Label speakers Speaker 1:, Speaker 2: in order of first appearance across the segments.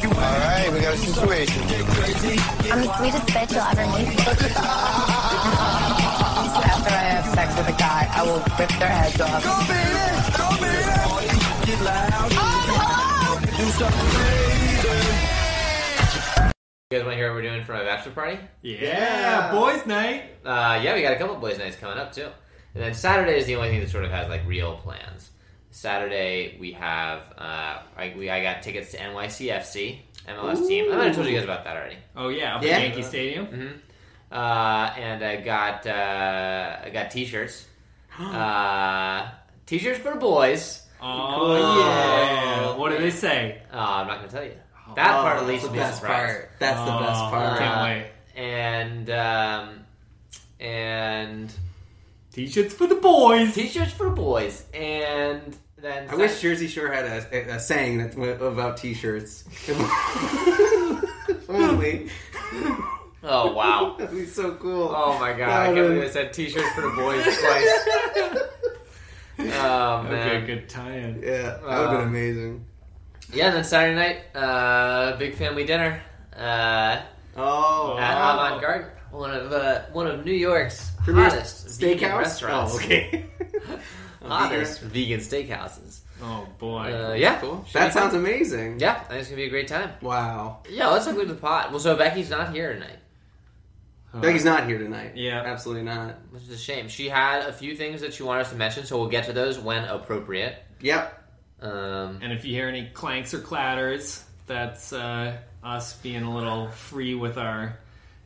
Speaker 1: All right, we got a situation.
Speaker 2: I'm the sweetest bitch you'll ever meet. After I have sex with a guy, I will rip their heads off.
Speaker 1: Go, baby! Go, baby!
Speaker 3: You guys want to hear what we're doing for my bachelor party?
Speaker 4: Yeah,
Speaker 5: Yeah.
Speaker 4: boys' night.
Speaker 3: Uh, yeah, we got a couple boys' nights coming up too. And then Saturday is the only thing that sort of has like real plans. Saturday we have uh, I, we I got tickets to NYCFC MLS team. I might have told you guys about that already.
Speaker 4: Oh yeah, up
Speaker 3: Yeah.
Speaker 4: at Yankee Stadium.
Speaker 3: hmm Uh, and I got uh, I got t-shirts, uh, t-shirts for boys.
Speaker 4: Oh
Speaker 3: Cool.
Speaker 4: yeah. What do they say?
Speaker 3: Uh, I'm not gonna tell you. That part at least
Speaker 5: Oh, the
Speaker 3: will be a
Speaker 5: best
Speaker 3: surprise.
Speaker 5: part. That's the
Speaker 4: Oh,
Speaker 5: best part.
Speaker 4: Can't
Speaker 3: Uh,
Speaker 4: wait.
Speaker 3: And um, and
Speaker 4: T-shirts for the boys.
Speaker 3: t-shirts for boys. And then
Speaker 5: I wish Jersey Shore had a, a, a saying that went about T-shirts. Only.
Speaker 3: Oh wow.
Speaker 5: That'd be so cool.
Speaker 3: Oh my god, I can't
Speaker 5: Louder.
Speaker 3: believe I said t-shirts for the boys twice. Oh man.
Speaker 4: Okay, good tie-in.
Speaker 5: Yeah, that would have
Speaker 1: Uh,
Speaker 5: been
Speaker 3: Um,
Speaker 5: amazing.
Speaker 3: Yeah, and then Saturday night, uh, big family dinner uh,
Speaker 5: Oh,
Speaker 3: at
Speaker 4: Wow.
Speaker 3: Avant Garden, one of uh, one of New York's
Speaker 5: Premier
Speaker 3: hottest vegan
Speaker 5: steakhouse.
Speaker 3: restaurants.
Speaker 5: Oh, okay.
Speaker 3: Hottest vegan steakhouses.
Speaker 4: Oh boy.
Speaker 3: Uh, yeah,
Speaker 5: Cool. That sounds amazing.
Speaker 3: yeah. I think it's gonna be a great time.
Speaker 5: Wow.
Speaker 3: Yeah, let's look into the pot. Well, so Becky's not here tonight, Uh-huh.
Speaker 4: Huh.
Speaker 5: Becky's not here tonight.
Speaker 4: Yeah.
Speaker 5: absolutely not.
Speaker 3: which is a shame. She had a few things that she wanted us to mention, so we'll get to those when appropriate.
Speaker 5: Yep.
Speaker 3: Um,
Speaker 4: And if you hear any clanks or clatters, that's uh, us being a little free with our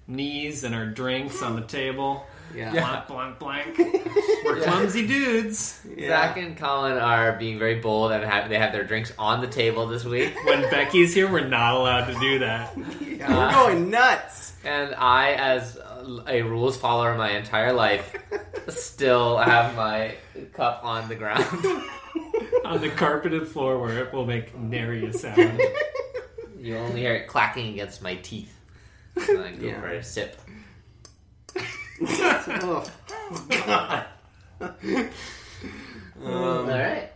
Speaker 4: knees and our drinks on the table.
Speaker 5: Yeah.
Speaker 4: Blank, blank, blank. We're
Speaker 3: Yeah.
Speaker 4: clumsy dudes.
Speaker 5: Yeah.
Speaker 3: Zach and Colin are being very bold and have, they have their drinks on the table this week.
Speaker 4: When Becky's here, we're not allowed to do that.
Speaker 5: Yeah, we're going nuts.
Speaker 3: And I, as a rules follower my entire life, still have my cup on the ground.
Speaker 4: On the carpeted floor where it will make nary a sound.
Speaker 3: You only hear it clacking against my teeth. And I go
Speaker 5: Yeah.
Speaker 3: for a sip.
Speaker 5: oh. God.
Speaker 3: All
Speaker 5: Um,
Speaker 3: right.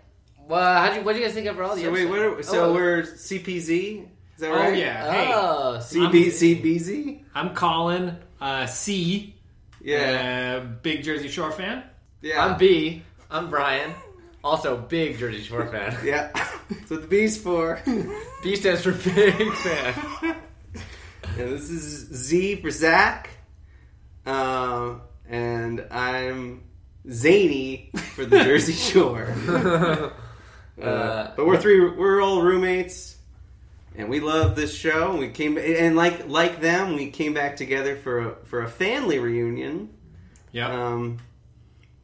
Speaker 3: Well, how'd you, what do you guys think overall? The
Speaker 5: So wait,
Speaker 3: episode?
Speaker 5: what are, so
Speaker 3: Oh,
Speaker 5: we're CPZ? Is that
Speaker 4: Oh,
Speaker 5: right?
Speaker 4: yeah. Hey,
Speaker 3: Oh, see,
Speaker 5: CB, CBZ?
Speaker 4: I'm Colin uh, C,
Speaker 5: Yeah.
Speaker 4: uh, big Jersey Shore fan.
Speaker 5: Yeah.
Speaker 3: I'm B. I'm Brian. Also, big Jersey Shore fan.
Speaker 5: Yeah. That's what the B's for.
Speaker 3: B stands for big fan.
Speaker 5: Yeah, this is Z for Zach. Um, and I'm Zany for the Jersey Shore.
Speaker 3: Uh,
Speaker 5: Uh, but we're three. We're all roommates, and we love this show. We came and like like them, we came back together for a, for a family reunion.
Speaker 4: Yep.
Speaker 5: Um,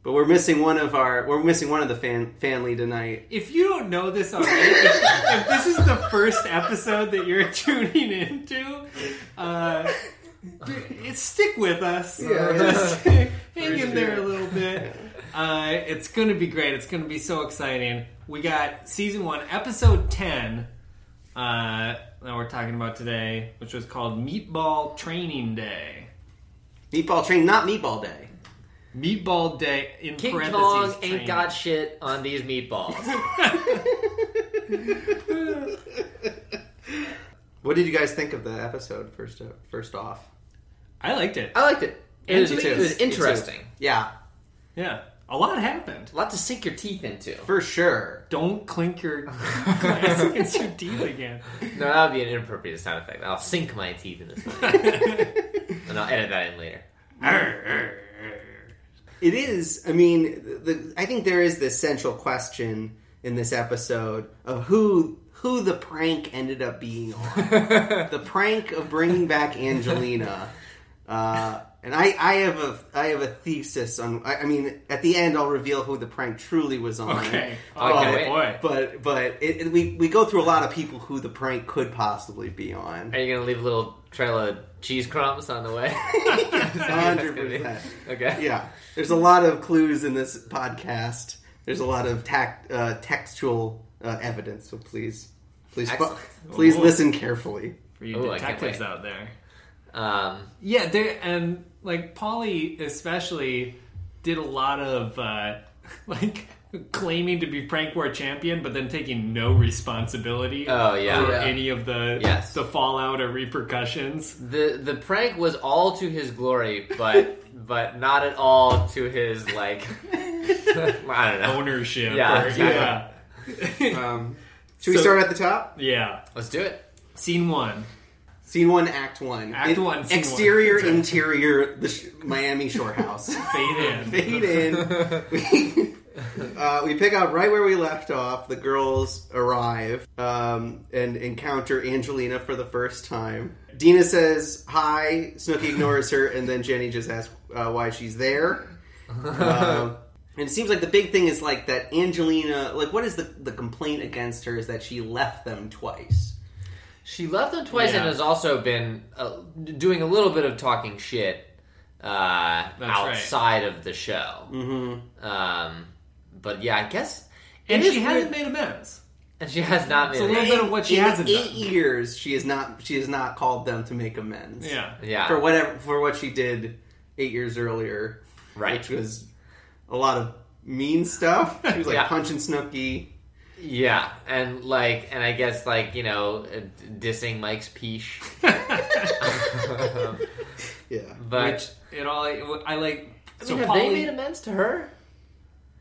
Speaker 5: but we're missing one of our. We're missing one of the fan family tonight.
Speaker 4: If you don't know this already, if, if this is the first episode that you're tuning into, uh, d- stick with us.
Speaker 5: Yeah, yeah.
Speaker 4: Just hang in
Speaker 5: sure.
Speaker 4: there a little bit. Uh, it's going to be great. It's going to be so exciting. We got season one, episode 10, uh, that we're talking about today, which was called Meatball Training Day.
Speaker 5: Meatball train, not meatball day.
Speaker 4: Meatball Day in
Speaker 3: King
Speaker 4: parentheses.
Speaker 3: Kong ain't
Speaker 4: training.
Speaker 3: got shit on these meatballs.
Speaker 5: What did you guys think of the episode first? Uh, first off,
Speaker 4: I liked it.
Speaker 3: I liked it. It was,
Speaker 4: Me too.
Speaker 3: it was interesting.
Speaker 5: yeah,
Speaker 4: Yeah. A lot happened.
Speaker 3: A lot to sink your teeth into.
Speaker 5: for sure.
Speaker 4: Don't clink your glass against your teeth again.
Speaker 3: No, that would be an inappropriate sound effect. I'll sink my teeth in this thing. and I'll edit that in later.
Speaker 5: It is. I mean, the, I think there is this central question in this episode of who who the prank ended up being on. the prank of bringing back Angelina. Uh, and I, I have a I have a thesis on. I, I mean, at the end, I'll reveal who the prank truly was on.
Speaker 4: okay.
Speaker 3: Oh,
Speaker 4: Oh,
Speaker 3: wait.
Speaker 4: boy.
Speaker 5: But but it, it- we we go through a lot of people who the prank could possibly be on.
Speaker 3: Are you going to leave a little trail of cheese crumbs on the way?
Speaker 5: Hundred percent.
Speaker 3: Okay.
Speaker 5: Yeah, there's a lot of clues in this podcast. There's a lot of tact, uh, textual uh, evidence, so please, please,
Speaker 3: Excellent.
Speaker 5: please
Speaker 4: Ooh.
Speaker 5: listen carefully.
Speaker 4: For you
Speaker 3: Ooh, I can't
Speaker 4: detectives
Speaker 3: wait.
Speaker 4: out there.
Speaker 3: Um,
Speaker 4: Yeah, they and like Polly especially did a lot of uh, like claiming to be prank war champion, but then taking no responsibility.
Speaker 3: Oh, yeah.
Speaker 4: for
Speaker 3: Yeah.
Speaker 4: any of the
Speaker 3: Yes.
Speaker 4: the fallout or repercussions.
Speaker 3: the the prank was all to his glory, but but not at all to his like I don't know.
Speaker 4: Ownership.
Speaker 3: Yeah,
Speaker 4: or- yeah.
Speaker 5: Um, should we
Speaker 4: So-
Speaker 5: start at the top?
Speaker 4: yeah.
Speaker 3: Let's do it.
Speaker 4: Scene one.
Speaker 5: Scene one, act one.
Speaker 4: Act one, scene one.
Speaker 5: Exterior,
Speaker 4: Sorry.
Speaker 5: interior, the sh- Miami Shore House.
Speaker 4: Fade in.
Speaker 5: Fade in. We, uh, we pick up right where we left off. The girls arrive um, and encounter Angelina for the first time. Dina says hi. Snooki ignores her, and then Jenny just asks uh, why she's there. Um, and it seems like the big thing is like that Angelina. Like, what is the the complaint against her is that she left them twice.
Speaker 3: She left them twice
Speaker 4: Yeah.
Speaker 3: and has also been uh, doing a little bit of talking shit uh,
Speaker 4: right.
Speaker 3: outside of the show. Mm-hmm. Um, but yeah, I guess.
Speaker 4: And
Speaker 3: it is
Speaker 4: she hasn't
Speaker 3: weird-
Speaker 4: made amends.
Speaker 3: And she has not made.
Speaker 4: a
Speaker 3: it.
Speaker 4: little bit of what she
Speaker 5: in
Speaker 4: hasn't
Speaker 5: eight
Speaker 4: done.
Speaker 5: years she has not she has not called them to make amends
Speaker 4: Yeah.
Speaker 3: Yeah.
Speaker 5: for whatever for what she did eight years earlier
Speaker 3: Right.
Speaker 5: which was a lot of mean stuff she was like
Speaker 3: Yeah.
Speaker 5: punching snooky
Speaker 3: Yeah, and like, and I guess like you know, uh, dissing Mike's peach,
Speaker 5: yeah
Speaker 3: but
Speaker 4: Which it all
Speaker 3: I
Speaker 4: I like.
Speaker 3: mean,
Speaker 4: so
Speaker 3: have
Speaker 4: Polly,
Speaker 3: they made amends to her?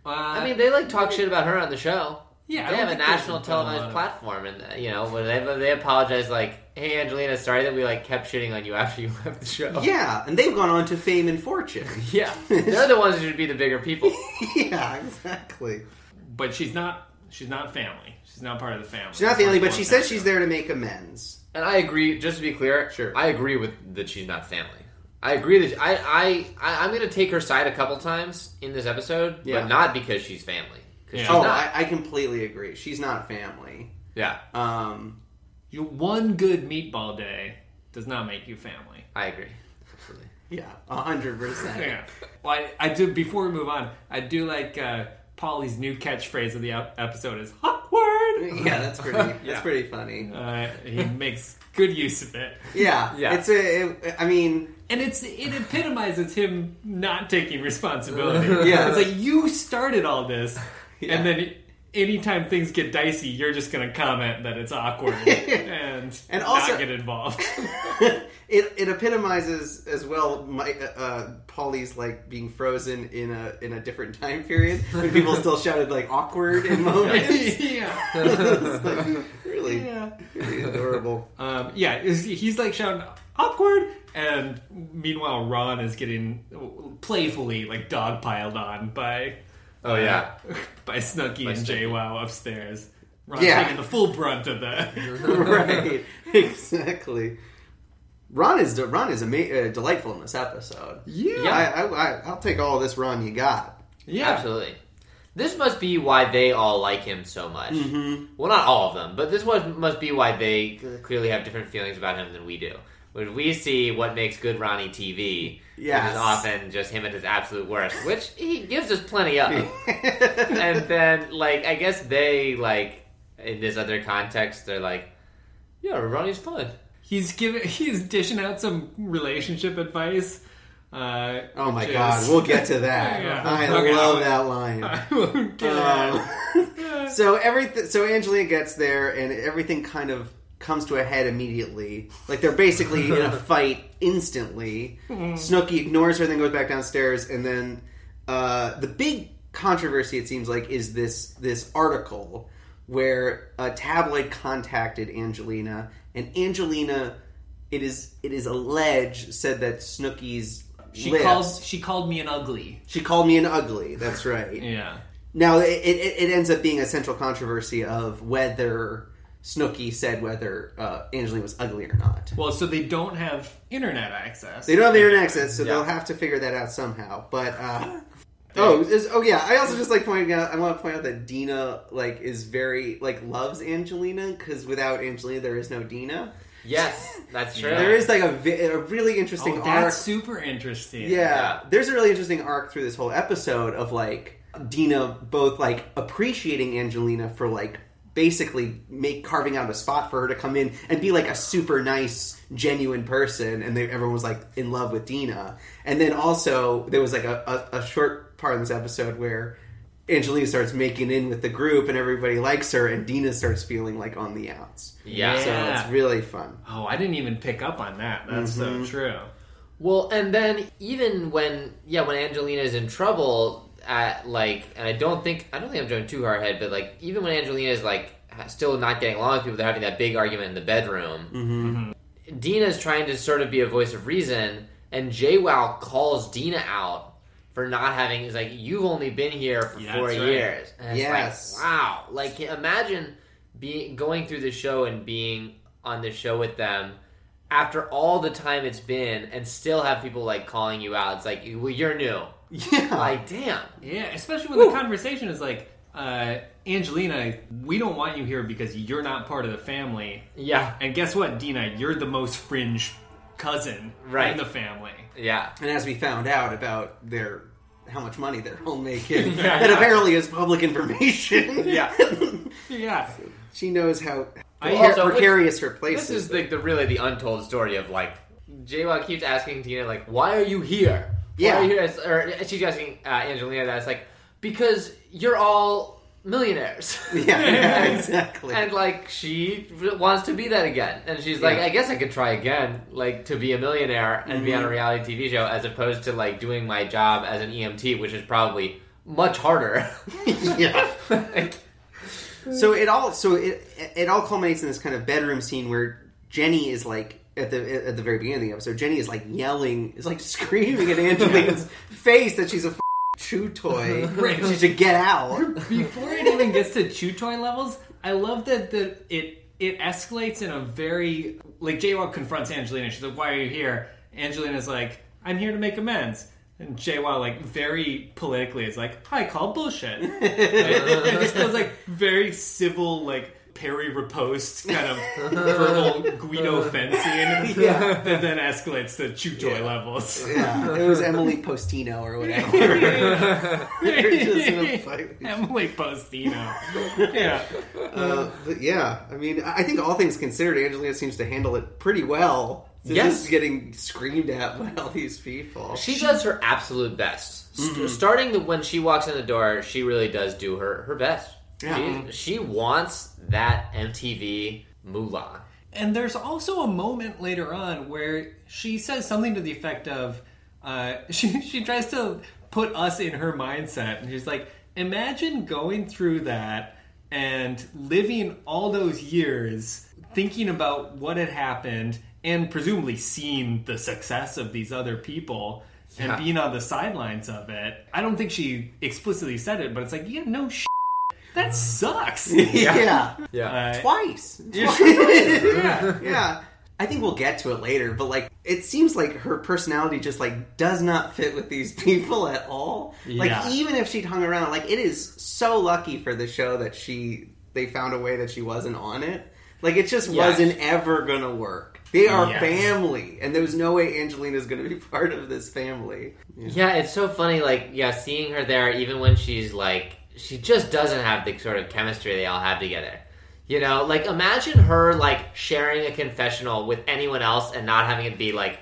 Speaker 4: uh,
Speaker 3: I mean, they like talk shit about her on the show.
Speaker 4: yeah,
Speaker 3: they
Speaker 4: I
Speaker 3: have
Speaker 4: don't
Speaker 3: a
Speaker 4: think there's
Speaker 3: national
Speaker 4: been a lot
Speaker 3: televised
Speaker 4: of-
Speaker 3: platform, and uh, you know, when they they apologize, like, "Hey, Angelina, sorry that we like kept shitting on you after you left the show."
Speaker 5: yeah and they've gone on to fame and fortune
Speaker 3: Yeah. they're the ones who should be the bigger people.
Speaker 5: yeah exactly
Speaker 4: But she's not. She's not family. She's not part of the family.
Speaker 5: she's not the only but she says she's there to make amends
Speaker 3: And I agree. Just to be clear,
Speaker 5: Sure.
Speaker 3: I agree with that she's not family. I agree that I I, I I'm going to take her side a couple times in this episode,
Speaker 5: Yeah.
Speaker 3: but not because she's family. 'Cause
Speaker 4: Yeah.
Speaker 3: she's
Speaker 5: oh
Speaker 3: not.
Speaker 5: I, I completely agree she's not family
Speaker 3: yeah,
Speaker 5: um
Speaker 4: Your one good meatball day does not make you family.
Speaker 3: I agree. Absolutely.
Speaker 5: yeah a hundred percent
Speaker 4: Yeah. Well, I, I do. Before we move on, I do like uh, Polly's new catchphrase of the ep- episode is awkward.
Speaker 5: yeah that's pretty that's
Speaker 4: Yeah.
Speaker 5: pretty funny
Speaker 4: Uh, he makes good use of it,
Speaker 5: Yeah,
Speaker 3: Yeah.
Speaker 5: It's a. It, I mean,
Speaker 4: and it's it epitomizes him not taking responsibility.
Speaker 5: Yeah.
Speaker 4: it's like you started all this,
Speaker 5: Yeah.
Speaker 4: and then anytime things get dicey, you're just going to comment that it's awkward and,
Speaker 5: And also-
Speaker 4: not get involved.
Speaker 5: it it epitomizes as well my uh, uh, Polly's like being frozen in a in a different time period when people still shouted like awkward in moments.
Speaker 4: yeah.
Speaker 5: It's, like, really,
Speaker 4: Yeah.
Speaker 5: really adorable.
Speaker 4: Um, yeah, is- he's like shouting awkward, and meanwhile Ron is getting playfully like dog piled on by
Speaker 3: Oh yeah.
Speaker 4: by Snooky
Speaker 3: By
Speaker 4: and
Speaker 3: Snooki.
Speaker 4: JWoww upstairs. Ron's
Speaker 5: Yeah.
Speaker 4: taking the full brunt of that.
Speaker 5: right, exactly. Ron is Ron is ama- uh, delightful in this episode.
Speaker 4: yeah,
Speaker 5: I, I, I I'll take all this Ron you got.
Speaker 4: yeah,
Speaker 3: Absolutely. This must be why they all like him so much.
Speaker 5: Mm-hmm.
Speaker 3: Well, not all of them, but this was, must be why they clearly have different feelings about him than we do. When we see what makes good Ronnie TV, which
Speaker 5: Yes.
Speaker 3: is often just him at his absolute worst, which he gives us plenty of. and then, like, I guess they, like, in this other context, they're like, yeah, Ronnie's fun.
Speaker 4: He's giving, he's dishing out some relationship advice. Uh,
Speaker 5: Oh my
Speaker 4: which is-
Speaker 5: god, we'll get to that.
Speaker 4: Yeah.
Speaker 5: I
Speaker 4: Okay,
Speaker 5: love
Speaker 4: I'll-
Speaker 5: that line.
Speaker 4: I won't get
Speaker 5: Um,
Speaker 4: it.
Speaker 5: so everything. So Angelina gets there, and everything kind of comes to a head immediately. Like they're basically in a fight instantly.
Speaker 4: Mm-hmm.
Speaker 5: Snooky ignores her, then goes back downstairs, and then uh, the big controversy it seems like is this this article where a tabloid contacted Angelina, and Angelina. It is it is alleged said that Snooky's
Speaker 4: She
Speaker 5: lips-
Speaker 4: called, she called me an ugly.
Speaker 5: she called me an ugly. That's right.
Speaker 4: Yeah.
Speaker 5: Now it, it, it ends up being a central controversy of whether Snooky said whether uh, Angelina was ugly or not.
Speaker 4: Well, so they don't have internet access.
Speaker 5: They don't have internet access, so
Speaker 3: Yeah.
Speaker 5: they'll have to figure that out somehow. But uh, oh, is, oh yeah, I also just like pointing out. I want to point out that Dina like is very like loves Angelina because without Angelina there is no Dina.
Speaker 3: Yes, that's true.
Speaker 5: There is like a, vi- a really interesting
Speaker 4: Oh,
Speaker 5: arc
Speaker 4: that's super interesting.
Speaker 5: Yeah.
Speaker 3: Yeah.
Speaker 5: There's a really interesting arc through this whole episode of like Dina both like appreciating Angelina for like basically make carving out a spot for her to come in and be like a super nice genuine person and they, everyone was like in love with Dina and then also there was like a, a, a short part in this episode where Angelina starts making in with the group, and everybody likes her, and Dina starts feeling like on the outs.
Speaker 3: Yeah.
Speaker 5: So
Speaker 4: Yeah.
Speaker 5: it's really fun.
Speaker 4: Oh, I didn't even pick up on that. That's
Speaker 5: Mm-hmm.
Speaker 4: so true.
Speaker 3: Well, and then even when yeah, when Angelina is in trouble at like, and I don't think I don't think I'm jumping too far ahead, but like even when Angelina is like ha- still not getting along with people, they're having that big argument in the bedroom.
Speaker 4: Mm-hmm.
Speaker 3: Dina's trying to sort of be a voice of reason, and JWoww calls Dina out for not having. Is like, "You've only been here for
Speaker 4: Yeah,
Speaker 3: four
Speaker 4: that's right.
Speaker 3: years." And it's
Speaker 5: Yes.
Speaker 3: like, wow. Like, imagine being going through the show and being on the show with them after all the time it's been, and still have people like calling you out. It's like, "Well, you're new."
Speaker 5: Yeah.
Speaker 3: Like, damn.
Speaker 4: Yeah, especially when the conversation is like, uh, Angelina, we don't want you here because you're not part of the family.
Speaker 3: Yeah.
Speaker 4: And guess what, Dina? You're the most fringe cousin
Speaker 3: Right.
Speaker 4: in the family.
Speaker 3: Yeah.
Speaker 5: And as we found out about their how much money they're all making,
Speaker 4: Yeah,
Speaker 5: that
Speaker 4: yeah.
Speaker 5: apparently is public information.
Speaker 4: Yeah. Yeah.
Speaker 5: she knows how
Speaker 4: I
Speaker 5: precar-
Speaker 3: also-
Speaker 5: precarious her place
Speaker 3: This is
Speaker 5: is.
Speaker 3: like the really the untold story of like JWoww keeps asking Dina like, "Why are you here?" Why
Speaker 5: Yeah.
Speaker 3: are you here? It's- Or she's asking uh, Angelina that it's like because you're all millionaires.
Speaker 5: yeah, yeah, exactly.
Speaker 3: And like she wants to be that again, and she's like,
Speaker 5: Yeah.
Speaker 3: "I guess I could try again, like to be a millionaire and be on
Speaker 5: Mm-hmm.
Speaker 3: a reality TV show, as opposed to like doing my job as an EMT, which is probably much harder."
Speaker 5: yeah.
Speaker 3: Like,
Speaker 5: So it all so it it all culminates in this kind of bedroom scene where Jenny is like at the at the very beginning of the episode. Jenny is like yelling, is like screaming at Angelina's face that she's a f- chew toy.
Speaker 4: Right.
Speaker 5: She should get out.
Speaker 4: Before it even gets to chew toy levels, I love that the it it escalates in a very like Jaywalk confronts Angelina. She's like, "Why are you here?" Angelina's like, "I'm here to make amends." And Jaywalk like very politically is like, "I call bullshit." Like, it just feels like very civil like. Perry Riposte kind of verbal Guido fencing
Speaker 5: Yeah.
Speaker 4: that then escalates to chew toy levels.
Speaker 5: Yeah. It was Emily Postino or whatever. They're just in a fight.
Speaker 4: Emily Postino. yeah.
Speaker 5: Uh, but yeah, I mean, I I think all things considered, Angelina seems to handle it pretty well. So
Speaker 3: Yes.
Speaker 5: Just getting screamed at by all these people.
Speaker 3: She does her absolute best. St-
Speaker 5: Mm-hmm.
Speaker 3: Starting the, when she walks in the door, she really does do her, her best.
Speaker 5: Yeah.
Speaker 3: She, she wants that MTV moolah.
Speaker 4: And there's also a moment later on where she says something to the effect of, uh, she, she tries to put us in her mindset. And she's like, imagine going through that and living all those years thinking about what had happened and presumably seeing the success of these other people
Speaker 3: Yeah.
Speaker 4: and being on the sidelines of it. I don't think she explicitly said it, but it's like, yeah, no shit. That sucks.
Speaker 5: yeah.
Speaker 3: Yeah.
Speaker 4: Uh,
Speaker 5: Twice. Twice. yeah. I think we'll get to it later, but like it seems like her personality just like does not fit with these people at all.
Speaker 4: Yeah.
Speaker 5: Like even if she'd hung around, like it is so lucky for the show that she they found a way that she wasn't on it. Like it just
Speaker 3: Yes.
Speaker 5: wasn't ever gonna work. They are
Speaker 4: Yes.
Speaker 5: family, and there's no way Angelina's gonna be part of this family.
Speaker 3: yeah, it's so funny, like, yeah, seeing her there, even when she's like, she just doesn't have the sort of chemistry they all have together. You know, like, imagine her, like, sharing a confessional with anyone else and not having it be, like,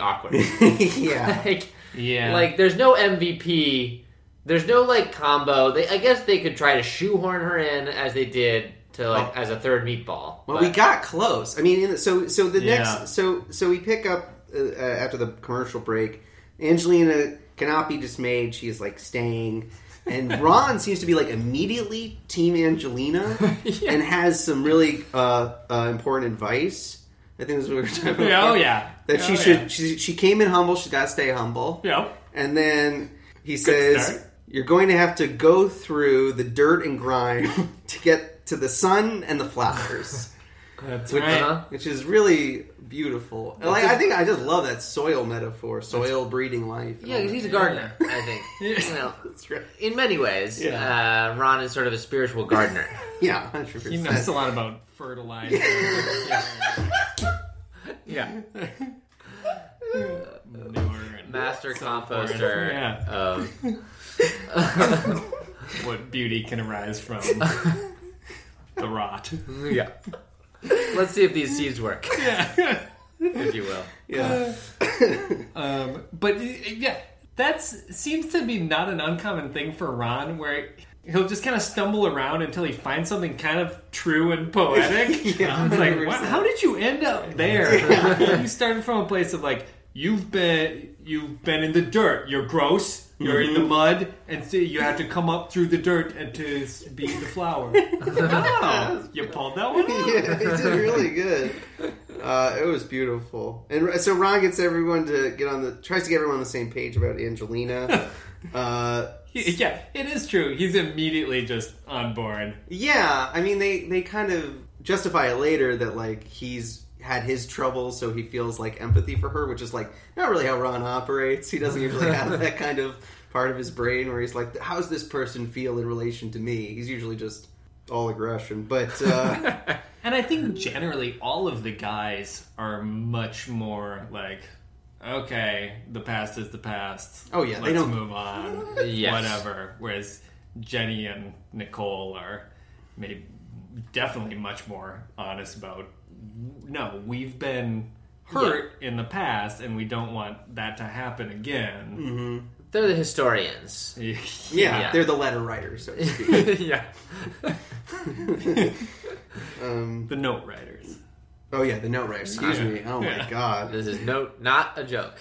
Speaker 3: awkward.
Speaker 5: yeah.
Speaker 3: like,
Speaker 4: Yeah.
Speaker 3: Like, there's no MVP. There's no like combo. They, I guess they could try to shoehorn her in as they did to like as a third meatball.
Speaker 5: Oh. Well,
Speaker 3: but-
Speaker 5: we got close. I mean, in the- so so the
Speaker 4: Yeah.
Speaker 5: next so so we pick up uh, uh, after the commercial break. Angelina cannot be dismayed. She is like staying, and Ron seems to be like immediately Team Angelina, and has some really uh, uh, important advice. I think this is what we were talking about.
Speaker 4: Yeah, oh, yeah.
Speaker 5: that
Speaker 4: Oh,
Speaker 5: she should. She, she came in humble. She's got to stay humble.
Speaker 4: Yep.
Speaker 5: And then he says,
Speaker 4: start.
Speaker 5: "You're going to have to go through the dirt and grime to get to the sun and the flowers."
Speaker 4: That's
Speaker 5: Which,
Speaker 4: right.
Speaker 3: Uh-huh.
Speaker 5: which is really beautiful. And, Like, I think I just love that soil metaphor, soil breeding life. and
Speaker 3: yeah,
Speaker 5: all
Speaker 3: 'cause
Speaker 5: that.
Speaker 3: he's a gardener. I think you know,
Speaker 5: That's right.
Speaker 3: in many ways, uh, Ron is sort of a spiritual gardener.
Speaker 5: Yeah, hundred
Speaker 4: He knows a
Speaker 5: percent.
Speaker 4: lot about fertilizer. yeah. yeah. Manure and
Speaker 3: Master
Speaker 4: forth.
Speaker 3: composter
Speaker 4: Yeah.
Speaker 3: of
Speaker 4: what beauty can arise from the rot.
Speaker 3: yeah. Let's see if these seeds work,
Speaker 4: Yeah.
Speaker 3: if you will.
Speaker 5: Yeah,
Speaker 4: Um, but y- yeah, that seems to be not an uncommon thing for Ron, where he'll just kind of stumble around until he finds something kind of true and poetic.
Speaker 5: Yeah,
Speaker 4: it's like,
Speaker 5: 100%.
Speaker 4: what, how did you end up there? you started from a place of like you've been you've been in the dirt. You're gross. You're in the mud, and so you have to come up through the dirt and to s- be the flower. oh, you pulled that one. Out?
Speaker 5: yeah, he did really good. Uh, it was beautiful, and so Ron gets everyone to get on the tries to get everyone on the same page about Angelina. Uh,
Speaker 4: Yeah, it is true. He's immediately just on board.
Speaker 5: yeah, I mean they they kind of justify it later that like he's had his trouble, so he feels like empathy for her, which is like not really how Ron operates. He doesn't usually have that kind of part of his brain where he's like, "How's this person feel in relation to me?" He's usually just all aggression, but. Uh,
Speaker 4: And I think generally all of the guys are much more like, okay, the past is the past.
Speaker 5: Oh, yeah,
Speaker 4: let's
Speaker 5: they don't-
Speaker 4: move on.
Speaker 3: Yes.
Speaker 4: Whatever. Whereas Jenny and Nicole are maybe definitely much more honest about no, we've been hurt in the past and we don't want that to happen again.
Speaker 3: They're the historians.
Speaker 5: Yeah,
Speaker 3: Yeah.
Speaker 5: they're the letter writers, so to speak.
Speaker 4: yeah.
Speaker 5: Um,
Speaker 4: The note writers.
Speaker 5: oh yeah, the note writer. Excuse
Speaker 4: Yeah.
Speaker 5: me. Oh
Speaker 4: Yeah.
Speaker 5: my god.
Speaker 3: This is no, not a joke.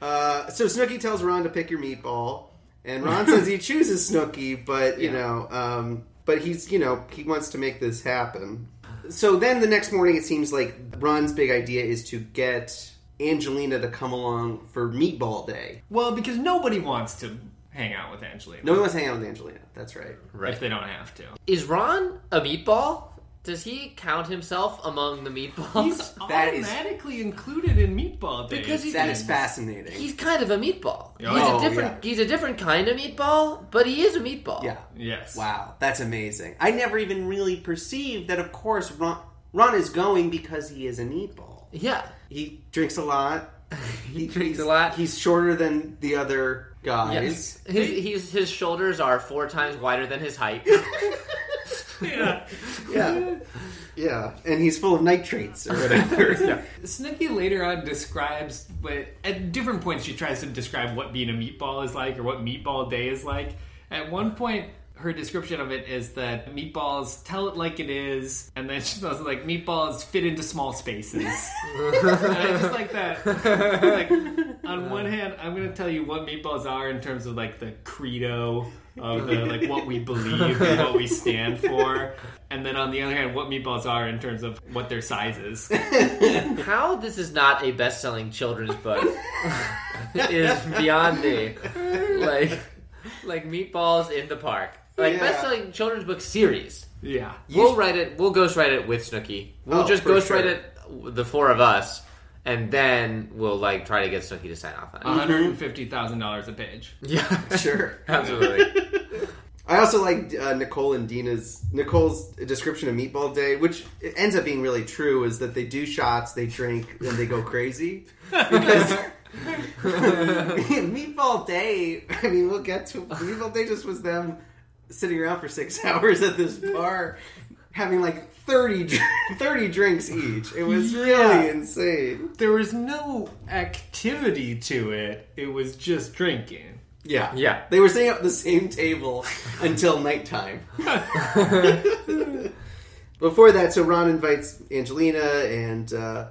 Speaker 5: Uh, so Snooky tells Ron to pick your meatball, and Ron says he chooses Snooky, but you
Speaker 4: Yeah.
Speaker 5: know, um, but he's you know he wants to make this happen. So then the next morning, it seems like Ron's big idea is to get Angelina to come along for Meatball Day.
Speaker 4: Well, because nobody wants to hang out with Angelina
Speaker 5: No one wants to hang out with Angelina. That's right.
Speaker 4: if
Speaker 3: Right.
Speaker 4: they don't have to.
Speaker 3: Is Ron a meatball? Does he count himself among the meatballs?
Speaker 4: He's
Speaker 5: That is-
Speaker 4: automatically included in Meatball Days.
Speaker 3: Because he's-
Speaker 5: That is fascinating.
Speaker 3: He's kind of a meatball.
Speaker 4: Yeah.
Speaker 3: he's
Speaker 5: Oh,
Speaker 3: a different
Speaker 5: yeah.
Speaker 3: he's a different kind of meatball, but he is a meatball.
Speaker 5: yeah.
Speaker 4: yes.
Speaker 5: Wow, that's amazing. I never even really perceived that. Of course, Ron, Ron is going because he is a meatball.
Speaker 3: Yeah.
Speaker 5: He drinks a lot.
Speaker 3: He drinks
Speaker 5: he's-
Speaker 3: a lot.
Speaker 5: He's shorter than the other guys.
Speaker 3: Yes. His, he's, his shoulders are four times wider than his height.
Speaker 4: Yeah.
Speaker 5: Yeah. yeah. And he's full of nitrates or whatever.
Speaker 4: Snooki later on describes, but at different points, she tries to describe what being a meatball is like or what Meatball Day is like. At one point, her description of it is that meatballs tell it like it is, and then she was like, meatballs fit into small spaces. And I just like that. Like, on one hand, I'm going to tell you what meatballs are in terms of like the credo of the, like what we believe and what we stand for, and then on the other hand, what meatballs are in terms of what their size is.
Speaker 3: How this is not a best-selling children's book is beyond me. Like like meatballs in the park. Like
Speaker 5: Yeah.
Speaker 3: best-selling children's book series.
Speaker 4: Yeah.
Speaker 3: We'll write it. We'll ghostwrite it with Snooky. We'll
Speaker 5: Oh,
Speaker 3: just
Speaker 5: for
Speaker 3: ghostwrite
Speaker 5: sure.
Speaker 3: it, the four of us, and then we'll like try to get Snooky to sign off on it.
Speaker 4: $150,000 a page.
Speaker 3: yeah,
Speaker 5: Uh-huh. sure.
Speaker 3: absolutely.
Speaker 5: I also like uh, Nicole and Dina's Nicole's description of Meatball Day, which it ends up being really true, is that they do shots, they drink, and they go crazy. Because Meatball Day, I mean, we'll get to Meatball Day. Just was them sitting around for six hours at this bar, having like 30, dr- 30 drinks each. It was
Speaker 4: Yeah.
Speaker 5: really insane.
Speaker 4: There was no activity to it, it was just drinking.
Speaker 5: Yeah,
Speaker 3: Yeah.
Speaker 5: They were sitting at the same table until nighttime. Before that, so Ron invites Angelina and uh,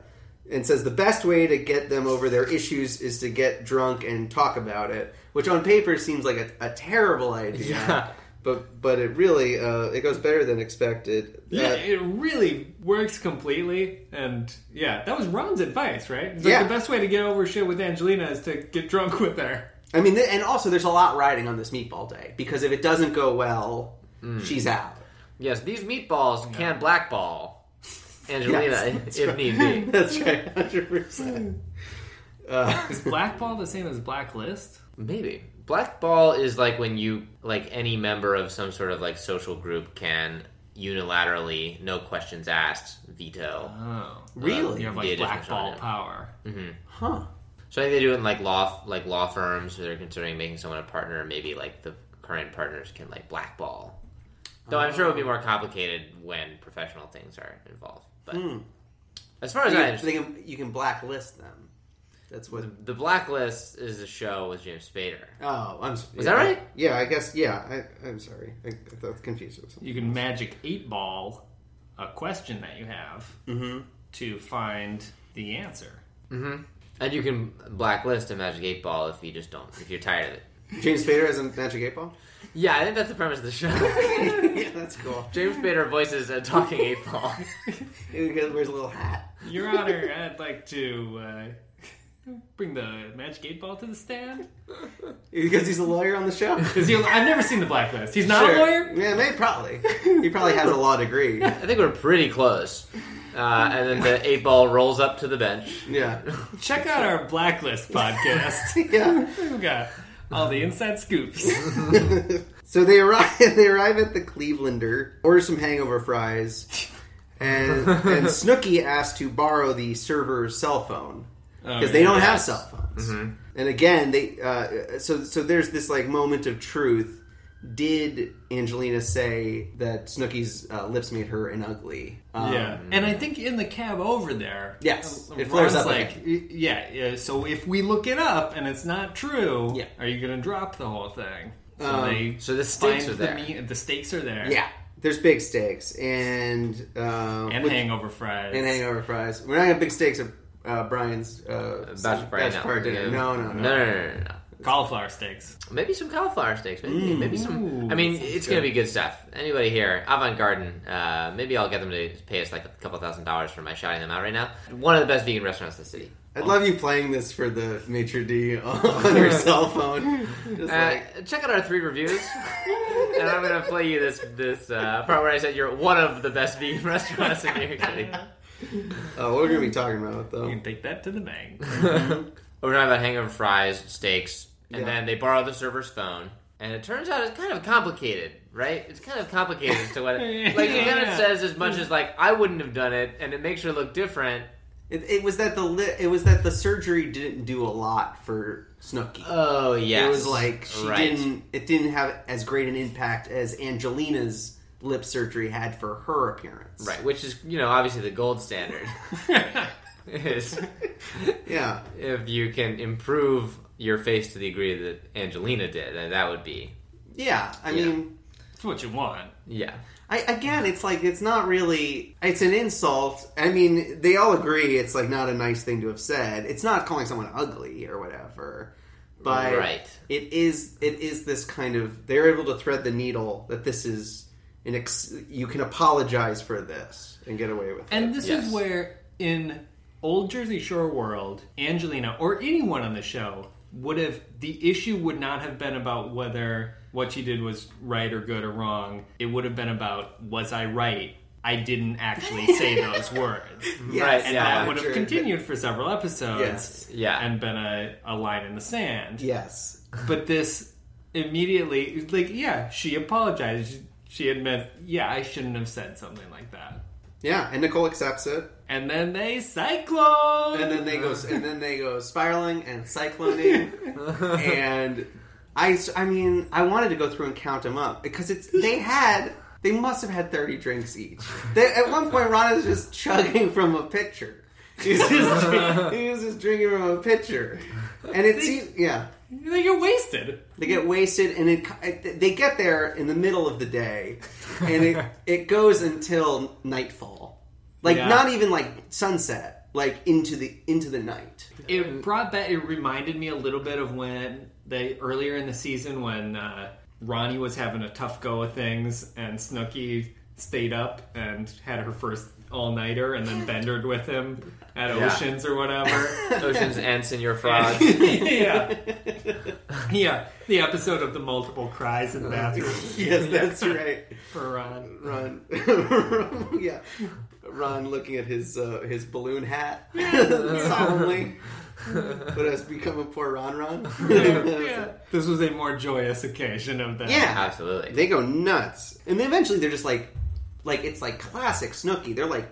Speaker 5: and says the best way to get them over their issues is to get drunk and talk about it, which on paper seems like a, a terrible idea.
Speaker 3: Yeah.
Speaker 5: But but it really uh, it goes better than expected.
Speaker 4: Yeah,
Speaker 5: Uh,
Speaker 4: it really works completely. And yeah, that was Ron's advice, right? It's
Speaker 5: Yeah.
Speaker 4: Like the best way to get over shit with Angelina is to get drunk with her.
Speaker 5: I mean, th- and also there's a lot riding on this meatball day because if it doesn't go well, she's out.
Speaker 3: yes, these meatballs can blackball Angelina
Speaker 5: Yes,
Speaker 3: if need be.
Speaker 5: That's right, hundred percent. Uh,
Speaker 4: Is Blackball the same as Blacklist?
Speaker 3: Maybe blackball is like when you like any member of some sort of like social group can unilaterally, no questions asked, veto.
Speaker 4: Oh.
Speaker 5: Really?
Speaker 4: You have
Speaker 3: Yeah,
Speaker 4: like
Speaker 3: just
Speaker 4: Blackball
Speaker 3: Angelina.
Speaker 4: power.
Speaker 5: huh.
Speaker 3: So I think they do it in like law like law firms where they're considering making someone a partner. Maybe like the current partners can like blackball. Though I'm sure it would be more complicated when professional Hmm. things are involved. But as far as I
Speaker 5: You,
Speaker 3: understand,
Speaker 5: they can, you can blacklist them. That's what.
Speaker 3: The Blacklist is a show with James Spader.
Speaker 5: Oh, I'm. Was
Speaker 3: that right?
Speaker 5: Yeah, I guess. Yeah, I, I'm sorry. I, I thought confused with something.
Speaker 4: You can magic eight ball a question that you have to find the answer.
Speaker 3: And you can blacklist a Magic 8 Ball if you just don't, if you're tired of it.
Speaker 5: James Spader as a magic eight ball.
Speaker 3: Yeah, I think that's the premise of the show.
Speaker 5: yeah, that's cool.
Speaker 3: James Spader voices a talking 8 Ball.
Speaker 5: He wears a little hat.
Speaker 4: Your Honor, I'd like to uh, bring the magic eight ball to the stand.
Speaker 5: Because he's a lawyer on the show.
Speaker 4: Is he? I've never seen the Blacklist. He's not
Speaker 5: Sure.
Speaker 4: a lawyer.
Speaker 5: Yeah, maybe probably. He probably has a law degree.
Speaker 3: I think we're pretty close. Uh, and then the 8 Ball rolls up to the bench.
Speaker 5: Yeah.
Speaker 4: Check out our Blacklist podcast.
Speaker 5: Yeah.
Speaker 4: we got all the inside scoops.
Speaker 5: So they arrive. They arrive at the Clevelander, order some hangover fries, and and Snooky asks to borrow the server's cell phone because they don't have cell phones. And again, they uh, so so there's this like moment of truth. Did Angelina say that Snooky's uh, lips made her an ugly? Um,
Speaker 4: yeah, and I think in the cab over there,
Speaker 5: Yes,
Speaker 4: uh,
Speaker 5: it flares up
Speaker 4: Ron's Like, y- yeah, yeah. So if we look it up and it's not true,
Speaker 5: Yeah.
Speaker 4: are you going to drop the whole thing? So
Speaker 5: Um,
Speaker 4: they
Speaker 3: So the stakes
Speaker 4: find
Speaker 3: are there.
Speaker 4: The, meat, the stakes are there.
Speaker 5: yeah. There's big stakes and uh,
Speaker 4: and
Speaker 5: with-
Speaker 4: hangover fries.
Speaker 5: and hangover fries. We're not gonna big stakes of uh, Brian's uh,
Speaker 3: Bachelor party,
Speaker 5: bachelor party dinner. No, no, no.
Speaker 3: No, no, no, no, no.
Speaker 4: cauliflower steaks.
Speaker 3: Maybe some cauliflower steaks. Maybe, maybe some.
Speaker 4: Ooh,
Speaker 3: I mean,
Speaker 4: that sounds
Speaker 3: it's going to be good stuff. Anybody here, Avant Garden, uh, maybe I'll get them to pay us like a couple thousand dollars for my shouting them out right now. One of the best vegan restaurants in the city.
Speaker 5: I'd love you playing this for the maitre d on your cell phone. Just
Speaker 3: Uh,
Speaker 5: like,
Speaker 3: check out our three reviews, and I'm going to play you this this uh, part where I said you're one of the best vegan restaurants in New York City.
Speaker 5: oh, what are we gonna be talking about
Speaker 4: You
Speaker 5: though?
Speaker 4: can take that to the bank.
Speaker 3: We're talking about hangover fries, steaks, and
Speaker 5: Yeah.
Speaker 3: then they borrow the server's phone. And it turns out it's kind of complicated, right? It's kind of complicated as to what, it, like, it kind of
Speaker 4: Yeah.
Speaker 3: says as much as like I wouldn't have done it, and it makes her look different.
Speaker 5: It, it was that the li- it was that the surgery didn't do a lot for Snooki.
Speaker 3: Oh yes,
Speaker 5: It was like she
Speaker 3: Right.
Speaker 5: didn't. It didn't have as great an impact as Angelina's lip surgery had for her appearance.
Speaker 3: right, which is you know obviously the gold standard is
Speaker 5: Yeah.
Speaker 3: if you can improve your face to the degree that Angelina did, then that would be
Speaker 5: Yeah. I
Speaker 3: Yeah.
Speaker 5: mean.
Speaker 4: That's what you want.
Speaker 3: yeah.
Speaker 5: I, again, it's like it's not really. It's an insult. I mean, they all agree it's like not a nice thing to have said. It's not calling someone ugly or whatever, but
Speaker 3: Right.
Speaker 5: it is. It is this kind of. They're able to thread the needle that this is an. Ex, you can apologize for this and get away with it.
Speaker 4: And this
Speaker 3: Yes.
Speaker 4: is where, in old Jersey Shore world, Angelina or anyone on the show would have the issue would not have been about whether what she did was right or good or wrong. It would have been about was I right? I didn't actually say those words.
Speaker 5: Yes.
Speaker 4: And
Speaker 3: Yeah,
Speaker 4: that would have
Speaker 5: true.
Speaker 4: continued for several episodes
Speaker 5: Yes.
Speaker 3: Yeah.
Speaker 4: and been a, a line in the sand.
Speaker 5: Yes.
Speaker 4: But this immediately, like, yeah, she apologized. She, she admits, yeah, I shouldn't have said something like that.
Speaker 5: Yeah. And Nicole accepts it,
Speaker 4: And then they cyclone.
Speaker 5: and then they go.
Speaker 4: Uh-huh.
Speaker 5: And then they go spiraling and cycloning, and I, I mean, I wanted to go through and count them up because it's they had they must have had thirty drinks each. They, at one point, Ron is just chugging from a pitcher. He's just drink- he was just drinking from a pitcher, and it seems yeah
Speaker 4: they get wasted.
Speaker 5: they get wasted and it, it they get there in the middle of the day, and it it goes until nightfall, like
Speaker 4: Yeah.
Speaker 5: not even like sunset, like into the into the night.
Speaker 4: It brought back. It reminded me a little bit of when they earlier in the season when uh, Ronnie was having a tough go of things and Snooky stayed up and had her first all nighter and then bendered with him at
Speaker 3: Yeah.
Speaker 4: Oceans or whatever.
Speaker 3: Oceans and Senor Frog.
Speaker 4: yeah, yeah. The episode of the multiple cries in the bathroom.
Speaker 5: Yes, that's right.
Speaker 4: for Ron.
Speaker 5: Ron, yeah, Ron looking at his uh, his balloon hat solemnly. What has become a poor Ron Ron?
Speaker 4: Yeah. This was a more joyous occasion of that.
Speaker 5: yeah,
Speaker 3: Absolutely.
Speaker 5: they go nuts, and then eventually they're just like, like it's like classic Snooki. They're like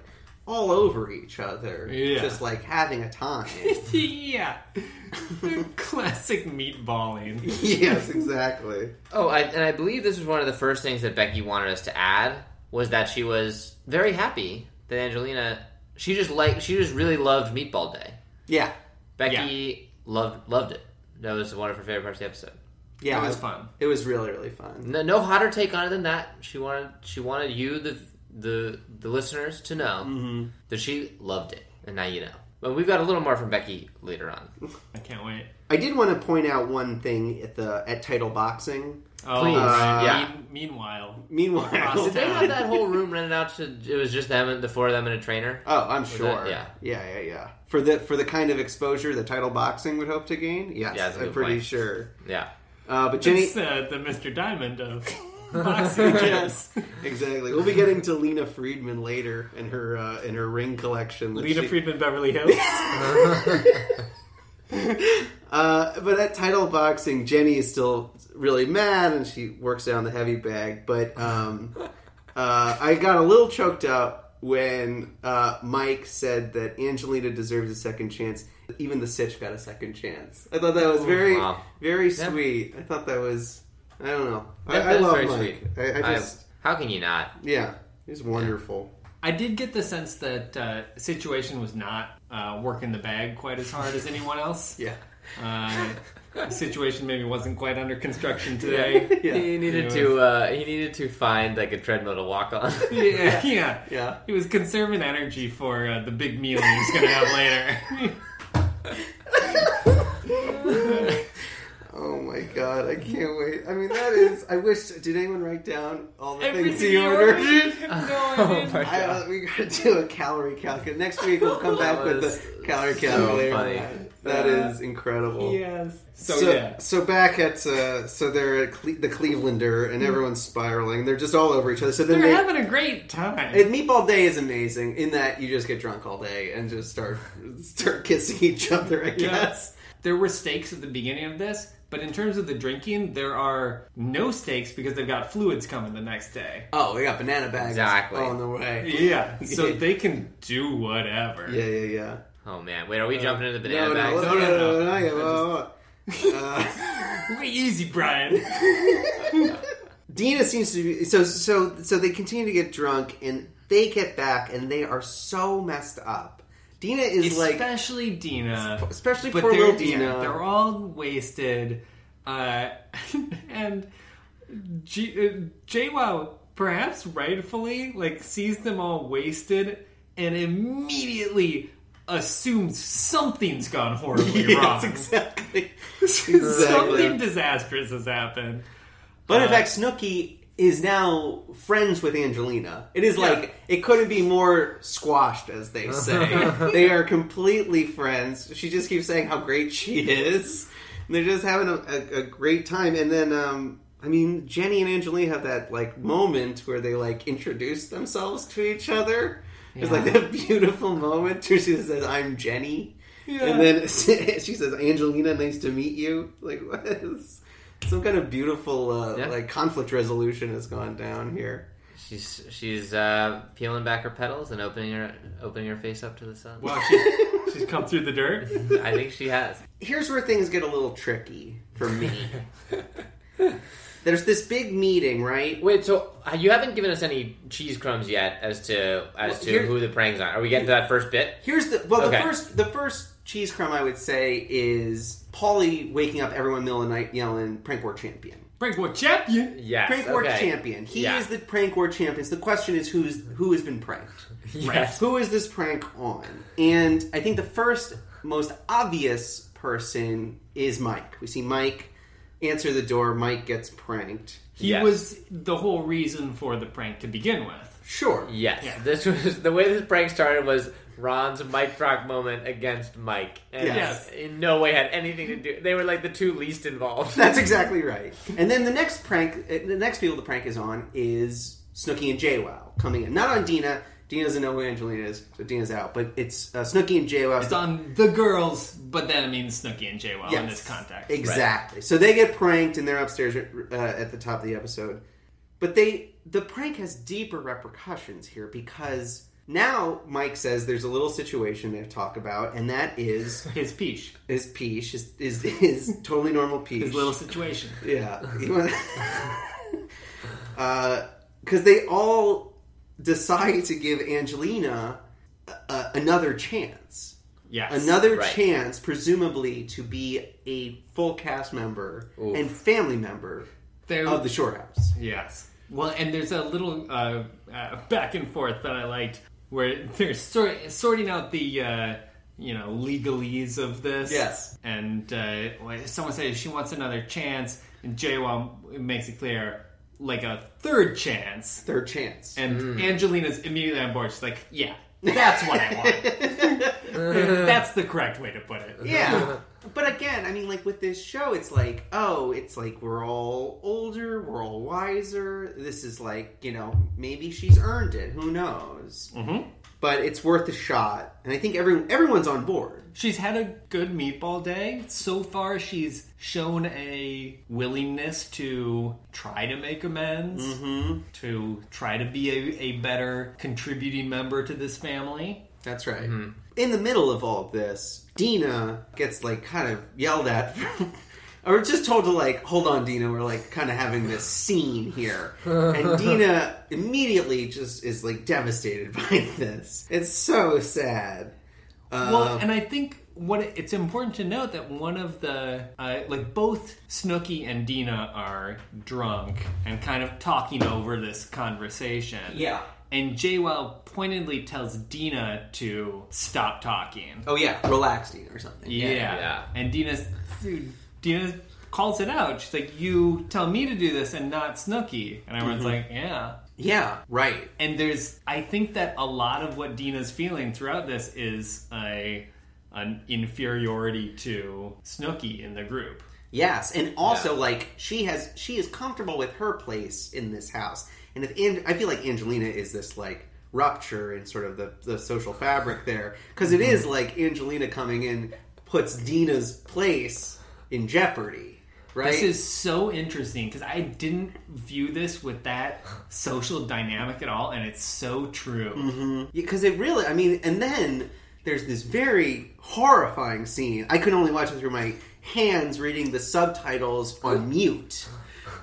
Speaker 5: all over each other,
Speaker 4: Yeah.
Speaker 5: just like having a time.
Speaker 4: yeah. Classic meatballing.
Speaker 5: yes, exactly.
Speaker 3: Oh, I, and I believe this was one of the first things that Becky wanted us to add was that she was very happy that Angelina. She just like she just really loved Meatball Day,
Speaker 5: Yeah,
Speaker 3: Becky loved loved it. That was one of her favorite parts of the episode.
Speaker 5: Yeah,
Speaker 4: It was fun.
Speaker 5: It was really really fun.
Speaker 3: No, no hotter take on it than that. She wanted she wanted you the the the listeners to know that she loved it, and now you know. But we've got a little more from Becky later on.
Speaker 4: I can't wait.
Speaker 5: I did want to point out one thing at the at title boxing.
Speaker 4: Oh,
Speaker 3: Please.
Speaker 4: right.
Speaker 3: Yeah.
Speaker 4: Mean- meanwhile,
Speaker 5: Meanwhile,
Speaker 4: Across
Speaker 3: Did they have that whole room rented out to? It was just them, and the four of them, and a trainer.
Speaker 5: oh, I'm sure.
Speaker 3: that- yeah.
Speaker 5: yeah, yeah, yeah. For the for the kind of exposure that title boxing would hope to gain. Yes,
Speaker 3: Yeah, that's a
Speaker 5: I'm
Speaker 3: good
Speaker 5: pretty
Speaker 3: point.
Speaker 5: sure.
Speaker 3: Yeah,
Speaker 5: Uh, but Jenny,
Speaker 4: it's uh, the Mr. Diamond of boxing gyms.
Speaker 5: exactly. We'll be getting to Lena Friedman later and her uh, in her ring collection. that
Speaker 4: Lena
Speaker 5: she-
Speaker 4: Friedman, Beverly Hills.
Speaker 5: Uh, but at title boxing, Jenny is still really mad, and she works down the heavy bag. But um, uh, I got a little choked up when uh, Mike said that Angelina deserves a second chance. Even the Sitch got a second chance. I thought that was very,
Speaker 3: wow.
Speaker 5: very
Speaker 3: Yeah.
Speaker 5: sweet. I thought that was, I don't know. I, I
Speaker 3: That- that's
Speaker 5: love
Speaker 3: very
Speaker 5: Mike.
Speaker 3: sweet.
Speaker 5: I, I just,
Speaker 3: how can you not?
Speaker 5: yeah, he's wonderful.
Speaker 4: I did get the sense that uh, situation was not uh, working the bag quite as hard as anyone else.
Speaker 5: Yeah.
Speaker 4: Uh, the situation maybe wasn't quite under construction today.
Speaker 5: Yeah.
Speaker 3: He needed
Speaker 4: Anyways.
Speaker 3: to uh, he needed to find like a treadmill to walk on.
Speaker 4: Yeah, yeah.
Speaker 5: Yeah.
Speaker 4: He was conserving energy for uh, the big meal he was going to have later.
Speaker 5: Oh my god, I can't wait. I mean, that is. I wish. Did anyone write down all the things
Speaker 4: Everything
Speaker 5: he
Speaker 4: you
Speaker 5: ordered?
Speaker 4: ordered. No, I didn't.
Speaker 3: my
Speaker 5: I, uh, we gotta do a calorie calculator. Next week we'll come back with the calorie calculator.
Speaker 3: funny.
Speaker 5: That is incredible.
Speaker 4: Yes. So,
Speaker 5: so,
Speaker 4: yeah.
Speaker 5: so back at uh, so they're at Cle- the Clevelander and everyone's spiraling. They're just all over each other. So then
Speaker 4: They're
Speaker 5: they,
Speaker 4: having a great time.
Speaker 5: and meatball day is amazing in that you just get drunk all day and just start start kissing each other. I guess.
Speaker 4: There were stakes at the beginning of this, but in terms of the drinking, there are no stakes because they've got fluids coming the next day.
Speaker 5: Oh, we got banana bags
Speaker 3: Exactly.
Speaker 5: on the way.
Speaker 4: Yeah. So they can do whatever.
Speaker 5: Yeah, yeah, yeah.
Speaker 3: oh man, wait, are we jumping into the banana
Speaker 5: No,
Speaker 3: bags?
Speaker 5: no, no,
Speaker 4: No,
Speaker 5: no,
Speaker 4: no, no.
Speaker 5: no, yeah, well,
Speaker 4: Be easy, Brian.
Speaker 5: Dina seems to be so so so they continue to get drunk and they get back and they are so messed up. Dina is like
Speaker 4: Especially Dina.
Speaker 5: especially
Speaker 4: But
Speaker 5: poor
Speaker 4: they're,
Speaker 5: little
Speaker 4: yeah,
Speaker 5: Dina.
Speaker 4: they're all wasted. Uh, and G- uh, JWoww, perhaps rightfully, like sees them all wasted and immediately assumes something's gone horribly
Speaker 5: yes,
Speaker 4: wrong.
Speaker 5: exactly.
Speaker 4: Something
Speaker 5: exactly.
Speaker 4: disastrous has happened.
Speaker 5: But in fact, Snooky is now friends with Angelina. It is like it couldn't be more squashed, as they say. they are completely friends. She just keeps saying how great she is. And they're just having a, a, a great time. And then, um, I mean, Jenny and Angelina have that like moment where they like introduce themselves to each other. It's like that beautiful moment where she says, "I'm Jenny." And then she says, "Angelina, nice to meet you." Like, what is some kind of beautiful uh,
Speaker 3: Yeah.
Speaker 5: like conflict resolution has gone down here?
Speaker 3: She's she's uh, peeling back her petals and opening her opening her face up to the sun.
Speaker 4: Wow, she's, she's come through the dirt.
Speaker 3: I think she has.
Speaker 5: Here's where things get a little tricky for me. There's this big meeting, right?
Speaker 3: Wait, so uh, you haven't given us any cheese crumbs yet as to as
Speaker 5: Well,
Speaker 3: to
Speaker 5: here-
Speaker 3: who the pranks on. Are we getting to that first bit?
Speaker 5: Here's the well, the
Speaker 3: Okay.
Speaker 5: first the first cheese crumb I would say is Paulie waking up everyone middle of the night yelling "Prank War Champion."
Speaker 4: Break what champion?
Speaker 3: Yes.
Speaker 5: Prank
Speaker 3: okay.
Speaker 5: War Champion. He
Speaker 3: Yeah.
Speaker 5: is the Prank War Champion. So the question is who's who has been pranked?
Speaker 3: Yes.
Speaker 5: Who is this prank on? And I think the first most obvious person is Mike. We see Mike answer the door, Mike gets pranked.
Speaker 4: He
Speaker 3: Yes.
Speaker 4: was the whole reason for the prank to begin with.
Speaker 5: Sure.
Speaker 3: Yes.
Speaker 4: Yeah.
Speaker 3: This was the way this prank started was Ron's mic drop moment against Mike, and
Speaker 5: Yes.
Speaker 3: it in no way had anything to do. They were like the two least involved.
Speaker 5: That's exactly right. And then the next prank, uh, the next people the prank is on is Snooky and JWoww coming in. Not on Dina. Dina doesn't know who Angelina is, so Dina's out. But it's uh, Snooky and JWoww.
Speaker 4: It's on the girls, but that means Snooki and JWoww in
Speaker 5: Yes.
Speaker 4: this context.
Speaker 5: Exactly. So they get pranked and they're upstairs uh, at the top of the episode. But they the prank has deeper repercussions here because now Mike says there's a little situation they have to talk about, and that is
Speaker 4: His peach,
Speaker 5: is Peach is is, is totally normal Peach.
Speaker 4: his little situation.
Speaker 5: yeah. Because Uh, they all decide to give Angelina a, a, another uh, chance.
Speaker 4: Yes.
Speaker 5: Another
Speaker 3: Right.
Speaker 5: chance, presumably, to be a full cast member
Speaker 3: Oof.
Speaker 5: and family member
Speaker 4: There-
Speaker 5: of the Shore House.
Speaker 4: Yes. Well, and there's a little uh, uh, back and forth that I liked where they're sort- sorting out the. Uh, you know legalese of this.
Speaker 5: Yes.
Speaker 4: and uh, like, someone says she wants another chance, and JWoww makes it clear like a third chance.
Speaker 5: Third chance.
Speaker 4: And Angelina's immediately on board. She's like, "Yeah, that's what I want. that's the correct way to put it."
Speaker 5: yeah. But again, I mean, like with this show, it's like, oh, it's like we're all older, we're all wiser. This is like, you know, maybe she's earned it. Who knows?
Speaker 4: Mhm.
Speaker 5: But it's worth a shot, and I think every everyone's on board.
Speaker 4: She's had a good meatball day. So far, she's shown a willingness to try to make amends,
Speaker 5: Mm-hmm.
Speaker 4: to try to be a, a better contributing member to this family.
Speaker 5: That's right. In the middle of all of this, Dina gets like kind of yelled at. Or just told to like, hold on, Dina. We're like kind of having this scene here, and Dina immediately just is like devastated by this. It's so sad. Uh,
Speaker 4: well, and I think what it- it's important to note that one of the uh, like both Snooky and Dina are drunk and kind of talking over this conversation.
Speaker 5: Yeah.
Speaker 4: And Jaywell pointedly tells Dina to stop talking.
Speaker 5: oh yeah, relax, Dina, or something.
Speaker 4: Yeah.
Speaker 3: Yeah.
Speaker 4: And Dina, dude, Dina calls it out. She's like, "You tell me to do this and not Snooky." And everyone's like, "Yeah."
Speaker 5: yeah, right.
Speaker 4: And there's, I think that a lot of what Dina's feeling throughout this is a an inferiority to Snooky in the group.
Speaker 5: Yes, and also
Speaker 3: Yeah.
Speaker 5: like she has, she is comfortable with her place in this house. And if Ang- I feel like Angelina is this like rupture in sort of the, the social fabric there, because
Speaker 4: Mm-hmm.
Speaker 5: it is like Angelina coming in puts Dina's place in jeopardy. Right?
Speaker 4: This is so interesting because I didn't view this with that social dynamic at all, and it's so true.
Speaker 5: Mm-hmm. because it really i mean and then there's this very horrifying scene i could only watch it through my hands reading the subtitles on mute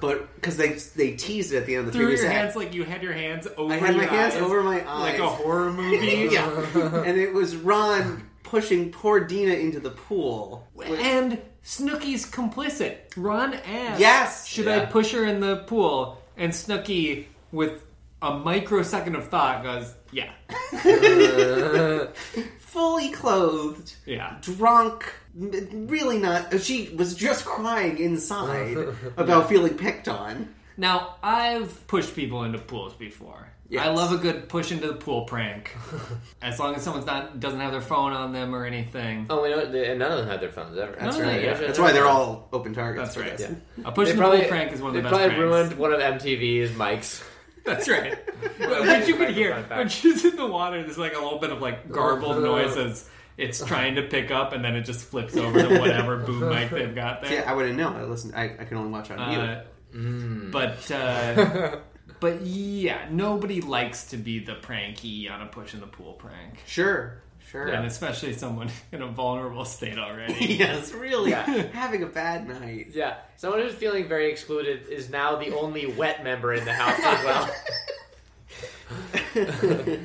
Speaker 5: but because they they teased it at the end of the
Speaker 4: Through
Speaker 5: previous
Speaker 4: your
Speaker 5: act.
Speaker 4: hands, like you had your hands over.
Speaker 5: i had my
Speaker 4: your
Speaker 5: hands
Speaker 4: eyes,
Speaker 5: over my
Speaker 4: like
Speaker 5: eyes
Speaker 4: a horror movie.
Speaker 5: yeah and it was ron pushing poor dina into the pool
Speaker 4: And Snooky's complicit. Ron asks,
Speaker 5: Yes!
Speaker 4: should I
Speaker 3: Yeah.
Speaker 4: push her in the pool?" And Snooky, with a microsecond of thought, goes, "Yeah,
Speaker 5: fully clothed
Speaker 4: yeah."
Speaker 5: drunk m- really not uh, she was just crying inside about feeling picked on
Speaker 4: Now I've pushed people into pools before.
Speaker 5: Yes.
Speaker 4: I love a good push into the pool prank, as long as someone's not doesn't have their phone on them or anything.
Speaker 3: Oh, we know they- and none of them had their phones ever.
Speaker 4: That's right, yeah.
Speaker 5: that's why they're all open targets
Speaker 4: That's
Speaker 5: for
Speaker 4: right.
Speaker 5: this.
Speaker 4: A push
Speaker 3: They
Speaker 4: in the
Speaker 3: probably
Speaker 4: pool prank is one of
Speaker 3: they
Speaker 4: the best.
Speaker 3: probably
Speaker 4: pranks.
Speaker 3: ruined one of MTV's mics.
Speaker 4: That's right. Which you could hear when she's in the water. There's like a little bit of like garbled noises. It's trying to pick up, and then it just flips over to whatever boom mic they've got
Speaker 5: Yeah,
Speaker 4: there.
Speaker 5: I wouldn't know. I listen. I, I Mm. can only watch on mute.
Speaker 4: Uh, But uh, but yeah, nobody likes to be the pranky on a push in the pool prank,
Speaker 5: Sure, sure.
Speaker 4: and especially someone in a vulnerable state already.
Speaker 5: yes, really.
Speaker 3: Yeah.
Speaker 5: Having a bad night.
Speaker 3: Yeah, someone who's feeling very excluded is now the only wet member in the house as well.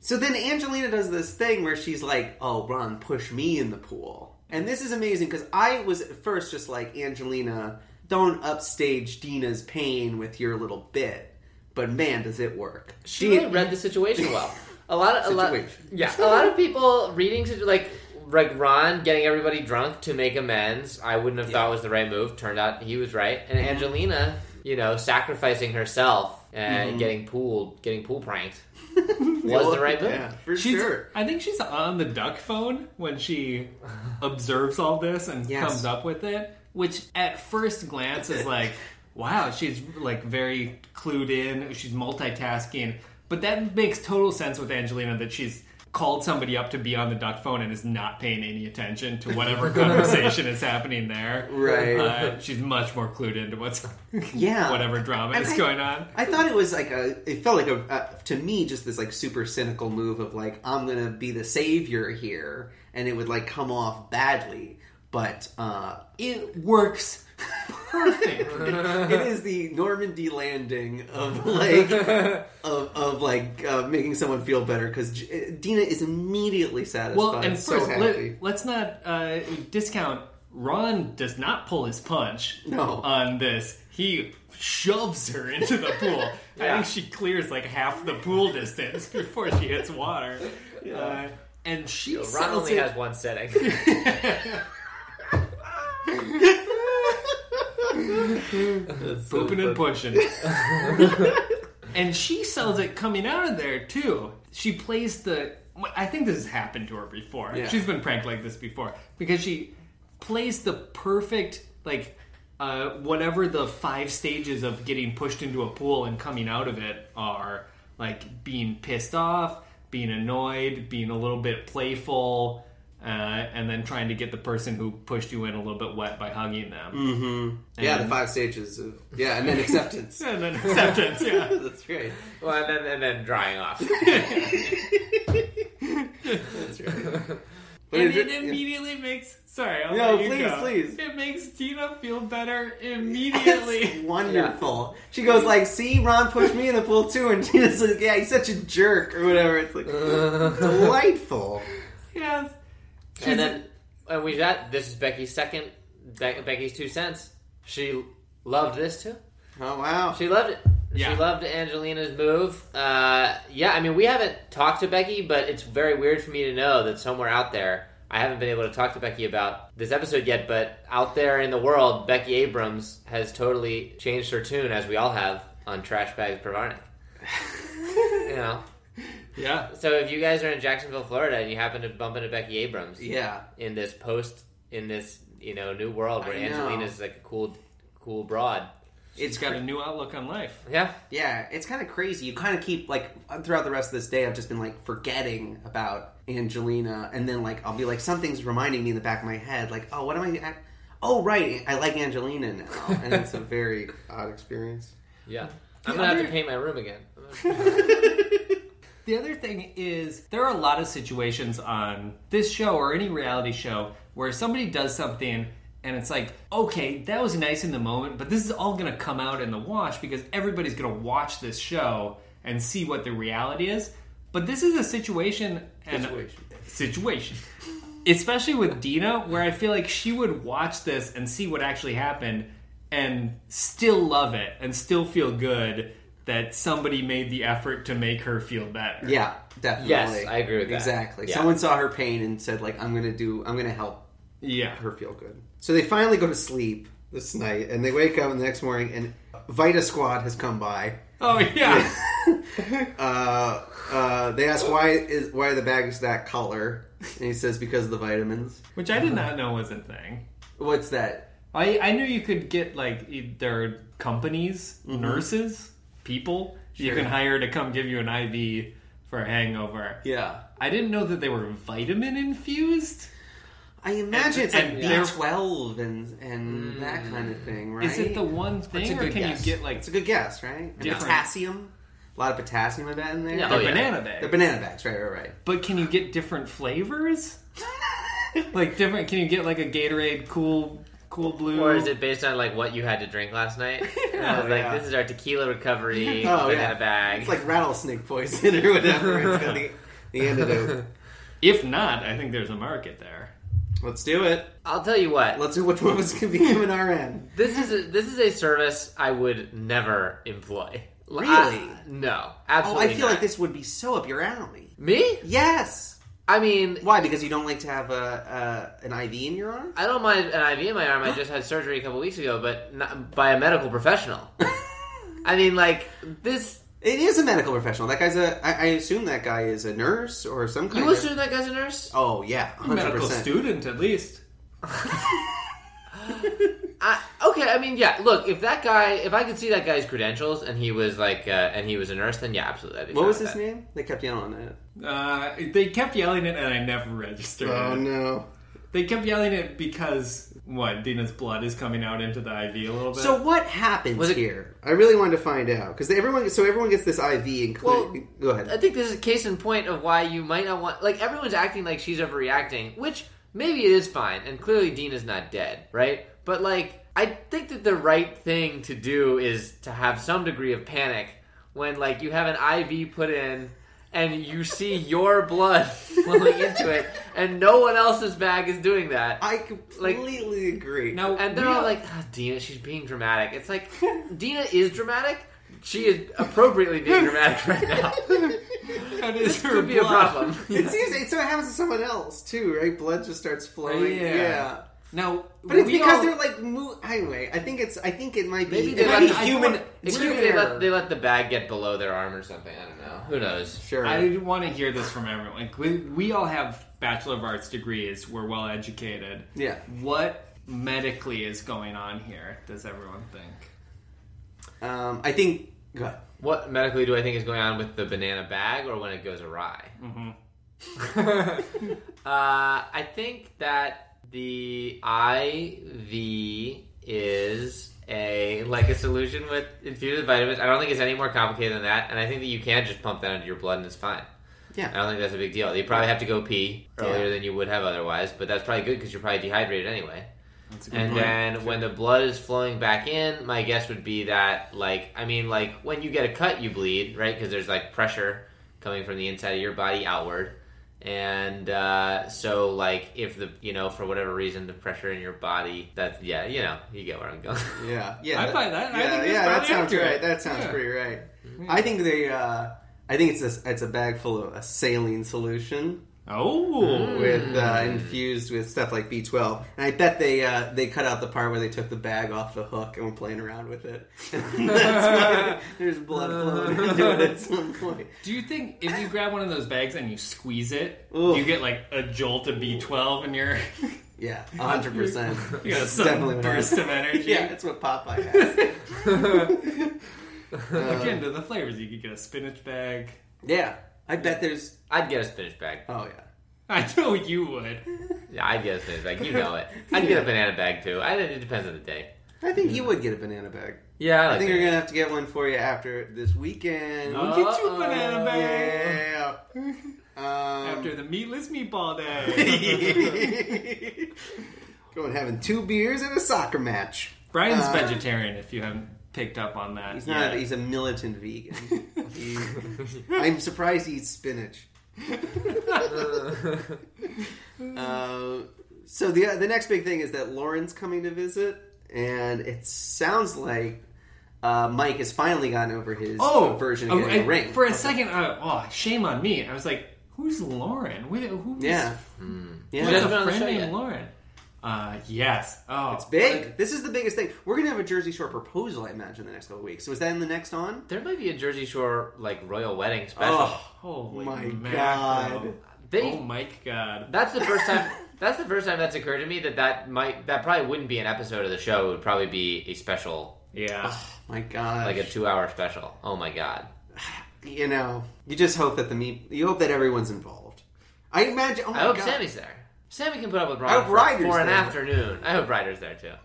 Speaker 5: So then Angelina does this thing where she's like, "Oh, Ron, push me in the pool." And this is amazing because I was at first just like, "Angelina, don't upstage Dina's pain with your little bit." But man, does it work.
Speaker 3: She really read the situation well. A lot of a lot,
Speaker 5: Situation.
Speaker 3: yeah, a lot of people reading situ- like like Ron getting everybody drunk to make amends. I wouldn't have thought was the right move. Turned out he was right, and
Speaker 4: Mm-hmm.
Speaker 3: Angelina, you know, sacrificing herself and
Speaker 4: Mm-hmm.
Speaker 3: getting pooled, getting pool pranked was the right move.
Speaker 5: Yeah, for
Speaker 4: She's,
Speaker 5: sure.
Speaker 4: I think she's on the duck phone when she observes all this and
Speaker 5: Yes.
Speaker 4: comes up with it, which at first glance is like, wow, she's like very clued in, she's multitasking, but that makes total sense with Angelina that she's called somebody up to be on the duck phone and is not paying any attention to whatever conversation is happening there.
Speaker 5: Right.
Speaker 4: Uh, she's much more clued into what's
Speaker 5: Yeah.
Speaker 4: whatever drama
Speaker 5: And
Speaker 4: is
Speaker 5: I-
Speaker 4: going on.
Speaker 5: I thought it was like a. It felt like a uh, to me just this like super cynical move of like I'm gonna be the savior here, and it would like come off badly. But uh
Speaker 4: It works perfect.
Speaker 5: it is the Normandy landing of like of, of like uh, making someone feel better because J- uh, Dina is immediately satisfied.
Speaker 4: well, and
Speaker 5: so
Speaker 4: first,
Speaker 5: happy.
Speaker 4: let, us not uh, discount. Ron does not pull his punch
Speaker 5: No.
Speaker 4: on this. He shoves her into the pool. I
Speaker 3: Yeah.
Speaker 4: think she clears like half the pool distance before she hits water. Uh, and she sells
Speaker 3: Ron only
Speaker 4: it-
Speaker 3: has one setting.
Speaker 4: Booping and pushing. and she sells it coming out of there too. She plays the. I think this has happened to her before.
Speaker 5: Yeah.
Speaker 4: She's been pranked like this before because she plays the perfect like uh, whatever the five stages of getting pushed into a pool and coming out of it are like being pissed off, being annoyed, being a little bit playful. Uh, and then trying to get the person who pushed you in a little bit wet by hugging them.
Speaker 5: yeah, the five stages of yeah, and then acceptance.
Speaker 4: And then acceptance, yeah.
Speaker 5: That's right.
Speaker 3: well, and then and then drying off.
Speaker 5: That's right. But
Speaker 4: And
Speaker 5: it-
Speaker 4: it
Speaker 5: it-
Speaker 4: immediately makes. Sorry, I'll
Speaker 5: No,
Speaker 4: let you
Speaker 5: please,
Speaker 4: go.
Speaker 5: please.
Speaker 4: It makes Tina feel better
Speaker 5: it's
Speaker 4: immediately.
Speaker 5: wonderful. She goes like, "See, Ron pushed me in the pool too," and Dina's like, "Yeah, he's such a jerk" or whatever. It's like delightful.
Speaker 4: yes.
Speaker 3: and then and we that this is Becky's second Be- Becky's two cents. She loved this too.
Speaker 5: Oh wow.
Speaker 3: She loved it.
Speaker 4: Yeah.
Speaker 3: She loved Angelina's move. Uh, yeah, I mean, we haven't talked to Becky, but it's very weird for me to know that somewhere out there, I haven't been able to talk to Becky about this episode yet, but out there in the world, Becky Abrams has totally changed her tune, as we all have on Trash Bags Pervarnik. you know?
Speaker 4: Yeah.
Speaker 3: So if you guys are in Jacksonville, Florida, and you happen to bump into Becky Abrams
Speaker 5: Yeah.
Speaker 3: in this post, in this, you know, new world where
Speaker 5: I know.
Speaker 3: Angelina's like a cool, cool broad.
Speaker 5: It's
Speaker 4: She's got a new outlook on life.
Speaker 3: Yeah.
Speaker 5: Yeah, it's kind of crazy. You kind of keep like throughout the rest of this day, I've just been like forgetting about Angelina, and then like I'll be like something's reminding me in the back of my head, like oh, what am I? I oh right, I like Angelina now, and it's a very odd experience.
Speaker 3: Yeah. I'm gonna have
Speaker 4: other-
Speaker 3: to paint my room again.
Speaker 4: The other thing is, there are a lot of situations on this show or any reality show where somebody does something and it's like, okay, that was nice in the moment, but this is all going to come out in the wash because everybody's going to watch this show and see what the reality is. But this is a situation and
Speaker 5: Situation.
Speaker 4: situation. Especially with Dina, where I feel like she would watch this and see what actually happened and still love it and still feel good that somebody made the effort to make her feel better.
Speaker 5: Yeah, definitely.
Speaker 3: Yes, I agree with that.
Speaker 5: Exactly.
Speaker 3: Yeah.
Speaker 5: Someone saw her pain and said like I'm gonna do, I'm gonna help
Speaker 4: Yeah.
Speaker 5: her feel good. So they finally go to sleep this night, and they wake up the next morning, and Vita Squad has come by.
Speaker 4: Oh, yeah.
Speaker 5: uh, uh, they ask why is why are the bags that color, and he says because of the vitamins.
Speaker 4: Which I did not know was a thing.
Speaker 5: What's that?
Speaker 4: I, I knew you could get, like, e- there are companies, nurses, people you
Speaker 5: Sure.
Speaker 4: can hire to come give you an IV for a hangover.
Speaker 5: Yeah,
Speaker 4: I didn't know that they were vitamin infused.
Speaker 5: I imagine it's
Speaker 4: And-
Speaker 5: like
Speaker 4: and
Speaker 5: B twelve and and that kind of thing, right?
Speaker 4: Is it the one thing,
Speaker 3: a
Speaker 4: or
Speaker 3: good
Speaker 4: can
Speaker 3: guess.
Speaker 4: you get like
Speaker 5: It's a good guess, right? And
Speaker 4: Yeah.
Speaker 5: Potassium, a lot of potassium I bet in there.
Speaker 3: Yeah.
Speaker 4: the
Speaker 3: Oh,
Speaker 4: banana bag?
Speaker 5: The banana bags, right, right, right.
Speaker 4: but can you get different flavors? like different? Can you get like a Gatorade Cool Cool Blue?
Speaker 3: Or is it based on like what you had to drink last night? And I was
Speaker 5: Oh,
Speaker 3: like,
Speaker 5: yeah.
Speaker 3: this is our tequila recovery
Speaker 5: Oh,
Speaker 3: banana
Speaker 5: yeah.
Speaker 3: bag.
Speaker 5: It's like rattlesnake poison or whatever. It's got the, the antidote.
Speaker 4: If not, I think there's a market there.
Speaker 5: Let's do it.
Speaker 3: I'll tell you what,
Speaker 5: Let's do which one of us can become an RN.
Speaker 3: this is a, this is a service I would never employ. Like,
Speaker 5: Really?
Speaker 3: I- no,
Speaker 5: Oh,
Speaker 3: absolutely.
Speaker 5: I feel
Speaker 3: not.
Speaker 5: like this would be so up your alley.
Speaker 3: Me?
Speaker 5: Yes.
Speaker 3: I mean,
Speaker 5: Why? Because you don't like to have a, a an IV in your arm?
Speaker 3: I don't mind an IV in my arm. I just had surgery a couple weeks ago, but not by a medical professional. I mean, like this.
Speaker 5: It is a medical professional. That guy's a. I, I assume that guy is a nurse or some kind.
Speaker 3: You
Speaker 5: of...
Speaker 3: assume that guy's a nurse?
Speaker 5: Oh yeah, hundred
Speaker 4: Medical
Speaker 5: percent.
Speaker 4: student, at least.
Speaker 3: I, okay, I mean, yeah. Look, if that guy, if I could see that guy's credentials and he was like, uh, and he was a nurse, then yeah, absolutely. I'd be
Speaker 5: What
Speaker 3: fine
Speaker 5: was
Speaker 3: with
Speaker 5: his
Speaker 3: that.
Speaker 5: name? They kept yelling it.
Speaker 4: Uh, they kept yelling it, and I never registered. it.
Speaker 5: Oh, no.
Speaker 4: They kept yelling it because what? Dina's blood is coming out into the IV a little bit.
Speaker 5: So what happens
Speaker 3: Was it-
Speaker 5: here? I really wanted to find out because everyone. So everyone gets this IV. Including, go
Speaker 3: I
Speaker 5: ahead.
Speaker 3: think this is a case in point of why you might not want. Like everyone's acting like she's overreacting, which maybe it is fine, and clearly Dean is not dead, right? But like, I I think that the right thing to do is to have some degree of panic when like you have an IV put in and you see your blood flowing into it and no one else's bag is doing that.
Speaker 5: I completely agree.
Speaker 4: Now,
Speaker 3: And they're
Speaker 4: we-
Speaker 3: all like, ah, Dina, she's being dramatic. It's like, Dina is dramatic. She is appropriately being dramatic right now.
Speaker 4: That is
Speaker 3: This
Speaker 4: her
Speaker 3: could be a
Speaker 4: blood.
Speaker 3: problem.
Speaker 5: It's easy. It's what happens to someone else too, right? Blood just starts flowing.
Speaker 4: Yeah.
Speaker 5: Yeah.
Speaker 4: Now,
Speaker 5: But it's
Speaker 4: we
Speaker 5: because
Speaker 4: all-
Speaker 5: they're like mo- anyway. I think it's. I think it might be.
Speaker 3: Maybe
Speaker 5: it
Speaker 3: they
Speaker 5: might be
Speaker 3: let- I-
Speaker 5: human.
Speaker 3: It's cute they let, they let the bag get below their arm or something. I don't know. Who knows?
Speaker 5: sure.
Speaker 4: I want to hear this from everyone. Like, we, we all have bachelor of arts degrees. We're well educated.
Speaker 5: yeah.
Speaker 4: What medically is going on here? Does everyone think?
Speaker 5: Um, I think. go ahead.
Speaker 3: What medically do I think is going on with the banana bag or when it goes awry? uh, I think that the IV is a like a solution with infused vitamins. I don't think it's any more complicated than that, and I think that you can just pump that into your blood and it's fine. I
Speaker 5: Yeah.
Speaker 3: don't think that's a big deal. You probably have to go pee earlier
Speaker 5: Yeah.
Speaker 3: than you would have otherwise, but that's probably good because you're probably dehydrated anyway.
Speaker 4: That's a good
Speaker 3: And
Speaker 4: point.
Speaker 5: uh,
Speaker 3: then when the blood is flowing back in, my guess would be that, like, I mean, like when you get a cut, you bleed, right? Because there's like pressure coming from the inside of your body outward, and uh, so like if the you know for whatever reason the pressure in your body, that's yeah, you know, you get where I'm going.
Speaker 5: Yeah. Yeah.
Speaker 4: I buy that. I
Speaker 5: Yeah.
Speaker 4: think
Speaker 5: yeah.
Speaker 4: that's
Speaker 5: That
Speaker 4: probably
Speaker 5: sounds
Speaker 4: accurate.
Speaker 5: right. That sounds
Speaker 4: Yeah. Mm-hmm.
Speaker 5: pretty right. I think they. Uh, I think it's a, it's a bag full of a saline solution
Speaker 4: oh,
Speaker 5: with uh, infused with stuff like B12, and I bet they uh, they cut out the part where they took the bag off the hook and were playing around with it. That's why there's blood flowing into it at some point.
Speaker 4: do you think if you grab one of those bags and you squeeze it,
Speaker 5: Oof.
Speaker 4: you get like a jolt of B12 and you're
Speaker 5: Yeah, hundred percent.
Speaker 4: you got some burst of energy?
Speaker 5: Yeah, that's what Popeye has.
Speaker 4: Again, to the flavors, you could get a spinach bag.
Speaker 5: Yeah, I bet there's.
Speaker 3: I'd get a spinach bag.
Speaker 5: Oh yeah.
Speaker 4: I know you would.
Speaker 3: Yeah, I'd get a spinach bag. You know it. I'd get a banana bag too. I, it depends on the day.
Speaker 5: I think you would get a banana bag.
Speaker 3: Yeah, I,
Speaker 5: I
Speaker 3: like
Speaker 5: think
Speaker 3: that.
Speaker 5: you're gonna have to get one for you after this weekend.
Speaker 4: We'll get you a banana
Speaker 3: Uh-oh.
Speaker 4: bag
Speaker 5: Yeah. Um,
Speaker 4: after the meatless meatball day.
Speaker 5: going having two beers and a soccer match.
Speaker 4: Brian's
Speaker 5: Uh,
Speaker 4: vegetarian. If you haven't picked up on that,
Speaker 5: He's not.
Speaker 4: yet.
Speaker 5: He's a militant vegan. He- I'm surprised he eats spinach. Uh, so the the next big thing is that Lauren's coming to visit, and it sounds like uh, Mike has finally gotten over his
Speaker 4: oh,
Speaker 5: aversion
Speaker 4: oh,
Speaker 5: of getting
Speaker 4: I-
Speaker 5: a ring.
Speaker 4: For a second, I, oh, shame on me. I was like, "Who's Lauren? Who, who's
Speaker 5: yeah, yeah.
Speaker 3: Hasn't been
Speaker 4: who's a
Speaker 3: on the
Speaker 4: friend
Speaker 3: show
Speaker 4: named
Speaker 3: yet.
Speaker 4: Lauren?" Uh, yes. Oh,
Speaker 5: It's big. This is the biggest thing. We're gonna have a Jersey Shore proposal, I imagine, the next couple weeks. So is that in the next on? Oh,
Speaker 3: There might be a Jersey Shore like royal wedding special.
Speaker 4: Holy
Speaker 5: My
Speaker 4: mackerel.
Speaker 5: God.
Speaker 3: They
Speaker 4: Oh my god.
Speaker 3: that's the first time that's the first time that's occurred to me that that might that probably wouldn't be an episode of the show. It would probably be a special,
Speaker 4: Yeah.
Speaker 5: my God!
Speaker 3: like a two-hour special. Oh my god!
Speaker 5: you know, you just hope that the meat. You hope that everyone's involved. I imagine. Oh my
Speaker 3: I hope
Speaker 5: God.
Speaker 3: Sammy's there. Sammy can put up with
Speaker 5: I
Speaker 3: Brian
Speaker 5: hope
Speaker 3: for,
Speaker 5: Ryder's
Speaker 3: for an
Speaker 5: there.
Speaker 3: afternoon. I hope Ryder's there too.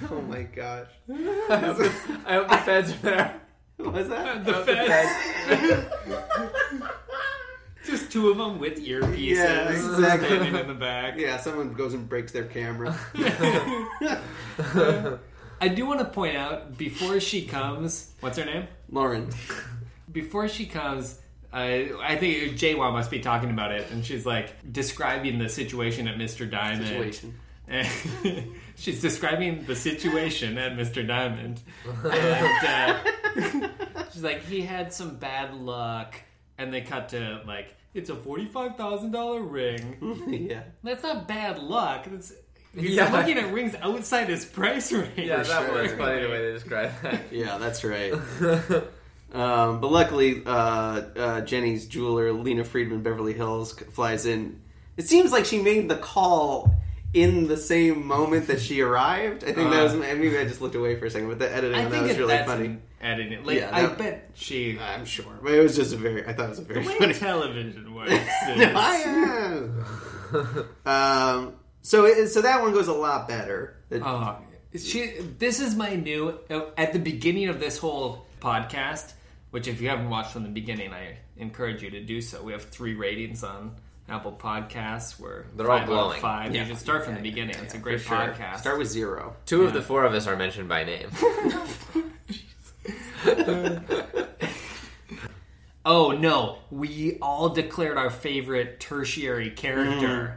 Speaker 5: Oh my gosh!
Speaker 3: I hope, I hope the feds are there.
Speaker 5: What was that? Oh,
Speaker 4: the feds. Just two of them with earpieces
Speaker 5: Yeah, exactly.
Speaker 4: standing in the back.
Speaker 5: Yeah, someone goes and breaks their camera.
Speaker 4: I do want to point out before she comes, what's her name?
Speaker 5: Lauren.
Speaker 4: Before she comes, uh, I think Jaywa must be talking about it, and she's like describing the situation at Mr. Diamond.
Speaker 5: Situation.
Speaker 4: And she's describing the situation at Mr. Diamond. And, uh, she's like, he had some bad luck. And they cut to, like, it's a $45,000 ring.
Speaker 5: yeah.
Speaker 4: That's not bad luck. That's, he's
Speaker 3: Yeah.
Speaker 4: looking at rings outside his price range.
Speaker 3: Yeah, that
Speaker 5: sure.
Speaker 3: was funny the way they described that.
Speaker 5: Yeah, that's right. um, but luckily, uh, uh, Jenny's jeweler, Lena Friedman, Beverly Hills, c- flies in. It seems like she made the call in the same moment that she arrived. I think that was. Maybe I just looked away for a second, but the editing
Speaker 4: I
Speaker 5: on that
Speaker 4: think
Speaker 5: was
Speaker 4: if
Speaker 5: really
Speaker 4: that's
Speaker 5: funny.
Speaker 4: an editing. Like,
Speaker 5: Yeah,
Speaker 4: I
Speaker 5: that-
Speaker 4: bet she.
Speaker 5: I'm sure, but it was just a very. I thought it was a
Speaker 4: the
Speaker 5: very
Speaker 4: way
Speaker 5: funny.
Speaker 4: television works. Is,
Speaker 5: um, so it, so that one goes a lot better. It-
Speaker 4: Oh, she. This is my new. uh, At the beginning of this whole podcast, which if you haven't watched from the beginning, I encourage you to do so. We have three ratings on Apple Podcasts. Where
Speaker 3: They're all
Speaker 4: five out of
Speaker 3: glowing.
Speaker 4: Five.
Speaker 5: Yeah.
Speaker 4: You should start from
Speaker 5: Yeah,
Speaker 4: the
Speaker 5: yeah,
Speaker 4: beginning.
Speaker 5: yeah,
Speaker 4: it's a
Speaker 5: yeah,
Speaker 4: great
Speaker 5: for sure.
Speaker 4: podcast.
Speaker 5: Start with zero.
Speaker 3: Two of the four of us are mentioned by name.
Speaker 4: oh no, we all declared our favorite tertiary character.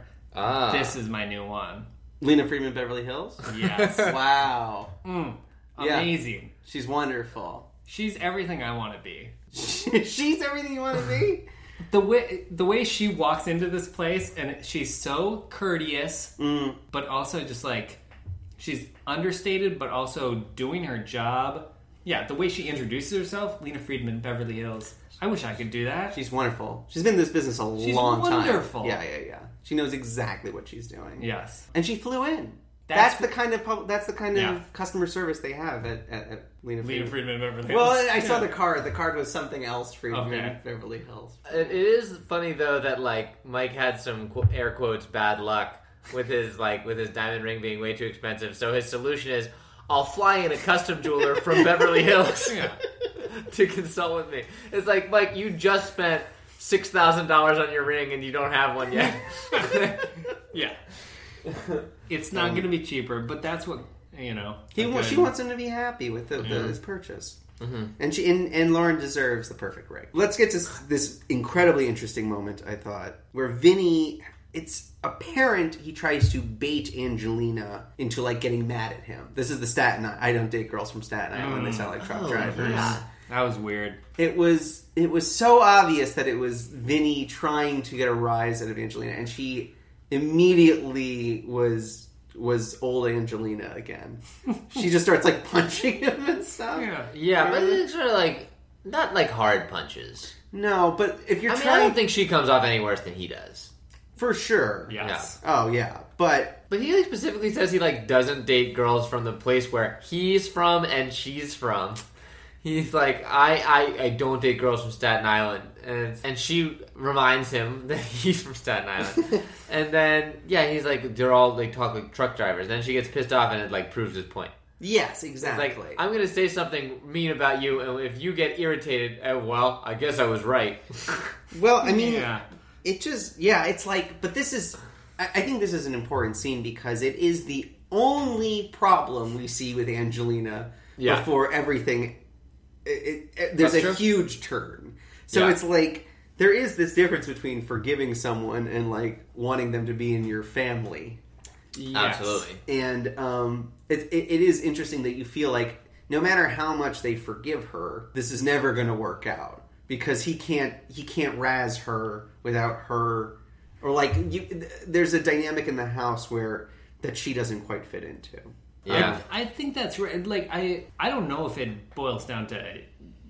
Speaker 5: Mm.
Speaker 3: Ah,
Speaker 4: This
Speaker 5: Uh.
Speaker 4: is my new one.
Speaker 5: Lena Freeman, Beverly Hills.
Speaker 4: Yes,
Speaker 5: wow,
Speaker 4: Mm.
Speaker 5: Yeah.
Speaker 4: amazing.
Speaker 5: she's wonderful.
Speaker 4: She's everything I want to be.
Speaker 5: she's everything you want to be.
Speaker 4: The way the way she walks into this place, and she's so courteous, but also just like she's understated, but also doing her job. Yeah, the way she introduces herself, Lena Friedman, Beverly Hills. I wish I could do that.
Speaker 5: She's wonderful. She's been in this business a
Speaker 4: She's
Speaker 5: long time.
Speaker 4: wonderful.
Speaker 5: Yeah, yeah, yeah. She knows exactly what she's doing.
Speaker 4: yes,
Speaker 5: and she flew in. That's,
Speaker 4: That's-
Speaker 5: the kind of pub- that's the kind
Speaker 4: Yeah.
Speaker 5: of customer service they have at, at, at Lena,
Speaker 4: Lena
Speaker 5: Freeman.
Speaker 4: Friedman, Beverly Hills.
Speaker 5: Well, I saw the card. The card was something else. Friedman
Speaker 4: Okay.
Speaker 5: Beverly Hills.
Speaker 3: it, it is funny though that like Mike had some qu- air quotes bad luck with his like with his diamond ring being way too expensive. So his solution is, I'll fly in a custom jeweler from Beverly Hills
Speaker 4: Yeah.
Speaker 3: to consult with me. It's like Mike, you just spent six thousand dollars on your ring and you don't have one yet.
Speaker 4: yeah. it's not going to be cheaper, but that's what you know.
Speaker 5: He
Speaker 4: a
Speaker 5: wa- she
Speaker 4: good-
Speaker 5: wants him to be happy with the, the, his purchase, and she and, and Lauren deserves the perfect ring. Let's get to s- this incredibly interesting moment. I thought where Vinny. It's apparent he tries to bait Angelina into like getting mad at him. This is the Staten Island. I don't date girls from Staten Island. They sound like truck
Speaker 3: Oh,
Speaker 5: drivers.
Speaker 4: That was weird.
Speaker 5: It was it was so obvious that it was Vinny trying to get a rise out of Angelina, and she immediately was was old Angelina again. she just starts like punching him and stuff.
Speaker 4: Yeah.
Speaker 3: yeah, but it's sort of like not like hard punches.
Speaker 5: No, but if you're
Speaker 3: I mean, I
Speaker 5: trying
Speaker 3: don't think she comes off any worse than he does.
Speaker 5: for sure.
Speaker 4: Yes.
Speaker 5: Oh yeah, but
Speaker 3: But he like specifically says he like doesn't date girls from the place where he's from and she's from. He's like, I, I, I don't date girls from Staten Island, and it's- and she reminds him that he's from Staten Island, and then yeah, he's like, they're all like talk like truck drivers. Then she gets pissed off, and it like proves his point.
Speaker 5: yes,
Speaker 3: It's
Speaker 5: exactly.
Speaker 3: like, I'm gonna say something mean about you, and if you get irritated, eh, well, I guess I was right.
Speaker 5: well, I mean,
Speaker 4: Yeah.
Speaker 5: it just yeah it's like but this is I, I think this is an important scene because it is the only problem we see with angelina
Speaker 3: Yeah.
Speaker 5: before everything it, it, it- there's
Speaker 3: That's
Speaker 5: a
Speaker 3: true.
Speaker 5: huge turn so
Speaker 3: Yeah.
Speaker 5: it's like there is this difference between forgiving someone and like wanting them to be in your family
Speaker 4: Yes.
Speaker 3: Absolutely.
Speaker 5: and um, it, it, it is interesting that you feel like no matter how much they forgive her, this is never going to work out because he can't he can't razz her without her or like you, th- there's a dynamic in the house where that she doesn't quite fit into.
Speaker 3: Yeah.
Speaker 4: I, I think that's right. Like I, I don't know if it boils down to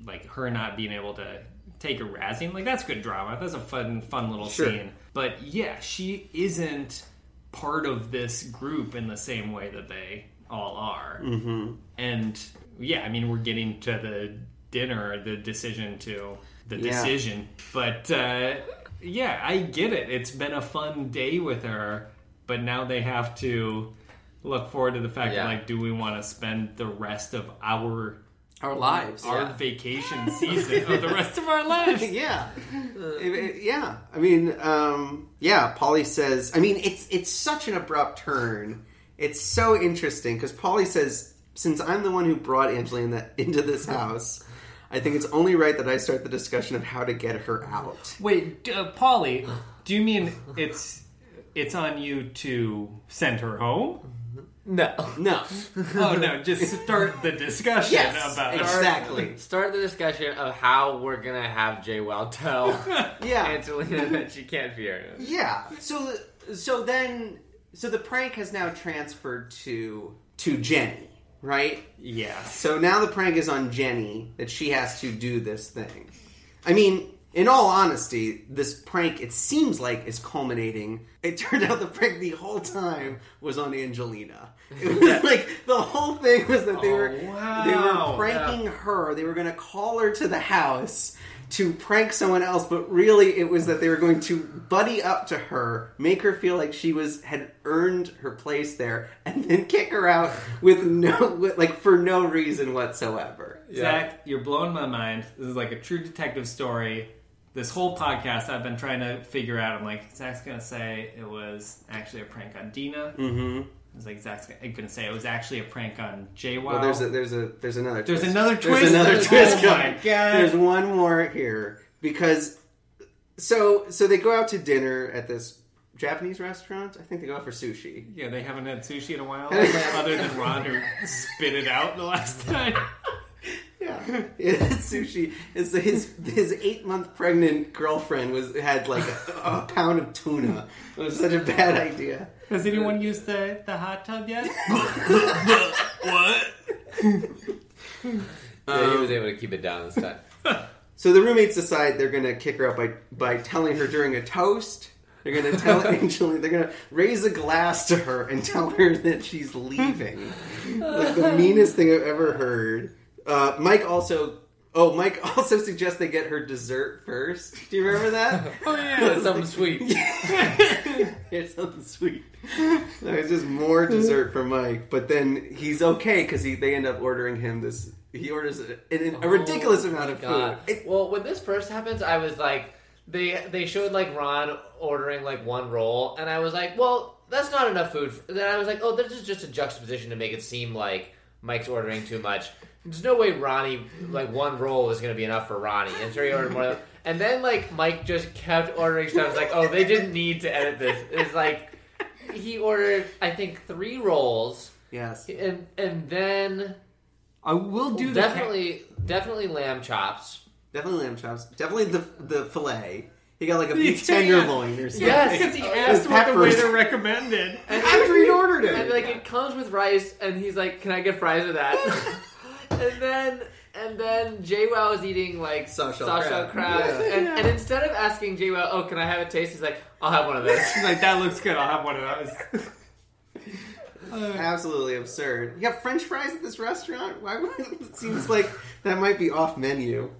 Speaker 4: like her not being able to take a razzing. Like that's good drama. That's a fun, fun little
Speaker 5: Sure.
Speaker 4: scene. But yeah, she isn't part of this group in the same way that they all are. Mm-hmm. And yeah, I mean, we're getting to the dinner, the decision to the
Speaker 5: Yeah.
Speaker 4: decision. But uh, yeah, I get it. It's been a fun day with her, but now they have to look forward to the fact
Speaker 3: Yeah.
Speaker 4: that like, do we want to spend the rest of our
Speaker 5: Our lives,
Speaker 4: our
Speaker 3: Yeah.
Speaker 4: vacation season of the rest of our lives?
Speaker 5: yeah, It- it- yeah. I mean, um, yeah. Polly says. I mean, it's it's such an abrupt turn. It's so interesting because Polly says, since I'm the one who brought Angelina into this house, I think it's only right that I start the discussion of how to get her out.
Speaker 4: Wait, d- uh, Polly, do you mean it's it's on you to send her home?
Speaker 3: No.
Speaker 5: No,
Speaker 4: Oh no, just start the discussion
Speaker 5: yes,
Speaker 4: about
Speaker 5: exactly.
Speaker 3: Start the discussion of how we're gonna have Jay Well tell
Speaker 5: Yeah,
Speaker 3: Angelina that she can't fear him.
Speaker 5: yeah. So so then so the prank has now transferred to to Jenny, right?
Speaker 4: Yes.
Speaker 5: So now the prank is on Jenny that she has to do this thing. I mean, in all honesty, this prank it seems like is culminating. It turned out the prank the whole time was on Angelina. It was like the whole thing was that they were
Speaker 4: Oh, wow.
Speaker 5: they were pranking her. They were going to call her to the house to prank someone else, but really it was that they were going to buddy up to her, make her feel like she was had earned her place there, and then kick her out with no with, like for no reason whatsoever.
Speaker 4: Zach, you're blowing my mind. This is like a true detective story. this whole podcast I've been trying to figure out. I'm like, Zach's gonna say it was actually a prank on Dina. Mm-hmm. I was like, Zach's gonna, gonna say it was actually a prank on JWoww.
Speaker 5: Well, there's a, there's a there's another
Speaker 4: There's
Speaker 5: twist.
Speaker 4: another twist?
Speaker 5: There's another
Speaker 4: Oh
Speaker 5: twist
Speaker 4: my
Speaker 5: coming.
Speaker 4: God.
Speaker 5: There's one more here because so so they go out to dinner at this Japanese restaurant. I think they go out for sushi.
Speaker 4: yeah, they haven't had sushi in a while, other than Ron who spit it out the last time.
Speaker 5: Yeah, it's sushi. It's his his eight month pregnant girlfriend was had like a, a pound of tuna. It was such a bad idea.
Speaker 4: Has anyone used the, the hot tub yet?
Speaker 5: What?
Speaker 3: Yeah, he was able to keep it down this time.
Speaker 5: So the roommates decide they're going to kick her out by by telling her during a toast. They're going to tell Angelina. They're going to raise a glass to her and tell her that she's leaving. like the meanest thing I've ever heard. Uh, Mike also. Oh, Mike also suggests they get her dessert first. Do you remember that?
Speaker 4: oh yeah,
Speaker 3: Something sweet.
Speaker 5: Here's something sweet. So it's just more dessert for Mike, but then he's okay because he they end up ordering him this. He orders a, an- a ridiculous
Speaker 3: Oh
Speaker 5: amount
Speaker 3: my
Speaker 5: of
Speaker 3: God.
Speaker 5: food. It-
Speaker 3: well, when this first happens, I was like, they they showed like Ron ordering like one roll, and I was like, well, that's not enough food. For, then I was like, oh, this is just a juxtaposition to make it seem like Mike's ordering too much. There's no way Ronnie like one roll is going to be enough for Ronnie, and so he ordered more. of- And then like Mike just kept ordering stuff. It's like, oh, they didn't need to edit this. It's like he ordered, I think, three rolls,
Speaker 5: yes,
Speaker 3: and and then
Speaker 4: I will do the
Speaker 3: definitely definitely lamb chops.
Speaker 5: definitely lamb chops. Definitely the the fillet. He got like a
Speaker 4: Yeah.
Speaker 5: beef tenderloin or something.
Speaker 3: Yes.
Speaker 4: He asked what the
Speaker 5: Peppers.
Speaker 4: waiter recommended.
Speaker 5: And after he ordered it,
Speaker 3: And like it comes with rice, and he's like, "Can I get fries with that?" and then and then JWoww is eating like
Speaker 5: Soft shell crab.
Speaker 3: crabs,
Speaker 5: Yeah.
Speaker 3: and, and instead of asking JWoww, "Oh, can I have a taste?" He's like, "I'll have one of those."
Speaker 4: She's like, that looks good. I'll have one of those.
Speaker 5: absolutely absurd. You got French fries at this restaurant. Why would it seems like that might be off menu?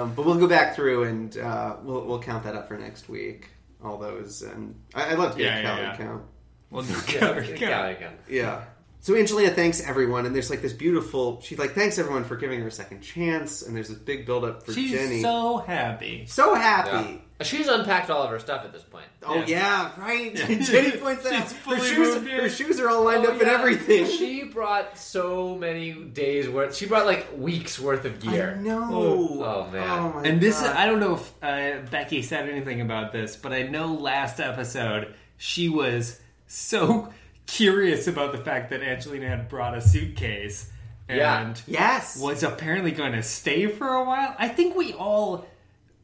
Speaker 5: um, but we'll go back through and uh, we'll we'll count that up for next week. All those and I, I love to do
Speaker 4: Yeah,
Speaker 5: a
Speaker 4: yeah,
Speaker 5: calorie
Speaker 4: yeah.
Speaker 5: count.
Speaker 4: well, no,
Speaker 3: Yeah, yeah, yeah.
Speaker 5: Yeah. So Angelina thanks everyone, and there's like this beautiful. She like thanks everyone for giving her a second chance, and there's this big build up for
Speaker 4: She's
Speaker 5: Jenny.
Speaker 4: so happy.
Speaker 5: So happy.
Speaker 3: She's unpacked all of her stuff at this point.
Speaker 5: Oh yeah, right.
Speaker 4: Yeah.
Speaker 5: Jenny points that
Speaker 4: She's
Speaker 5: out. Her
Speaker 4: fully
Speaker 5: shoes,
Speaker 4: moved in.
Speaker 5: her shoes are all lined
Speaker 3: Oh,
Speaker 5: up and
Speaker 3: yeah.
Speaker 5: everything.
Speaker 3: She brought so many days worth. She brought like weeks worth of
Speaker 5: I
Speaker 3: gear.
Speaker 5: know.
Speaker 4: Oh.
Speaker 3: Oh, man.
Speaker 5: Oh, my
Speaker 4: And this, is,
Speaker 5: God.
Speaker 4: I don't know if uh, Becky said anything about this, but I know last episode she was so curious about the fact that Angelina had brought a suitcase and
Speaker 3: Yeah.
Speaker 5: yes.
Speaker 4: was apparently going to stay for a while. I think we all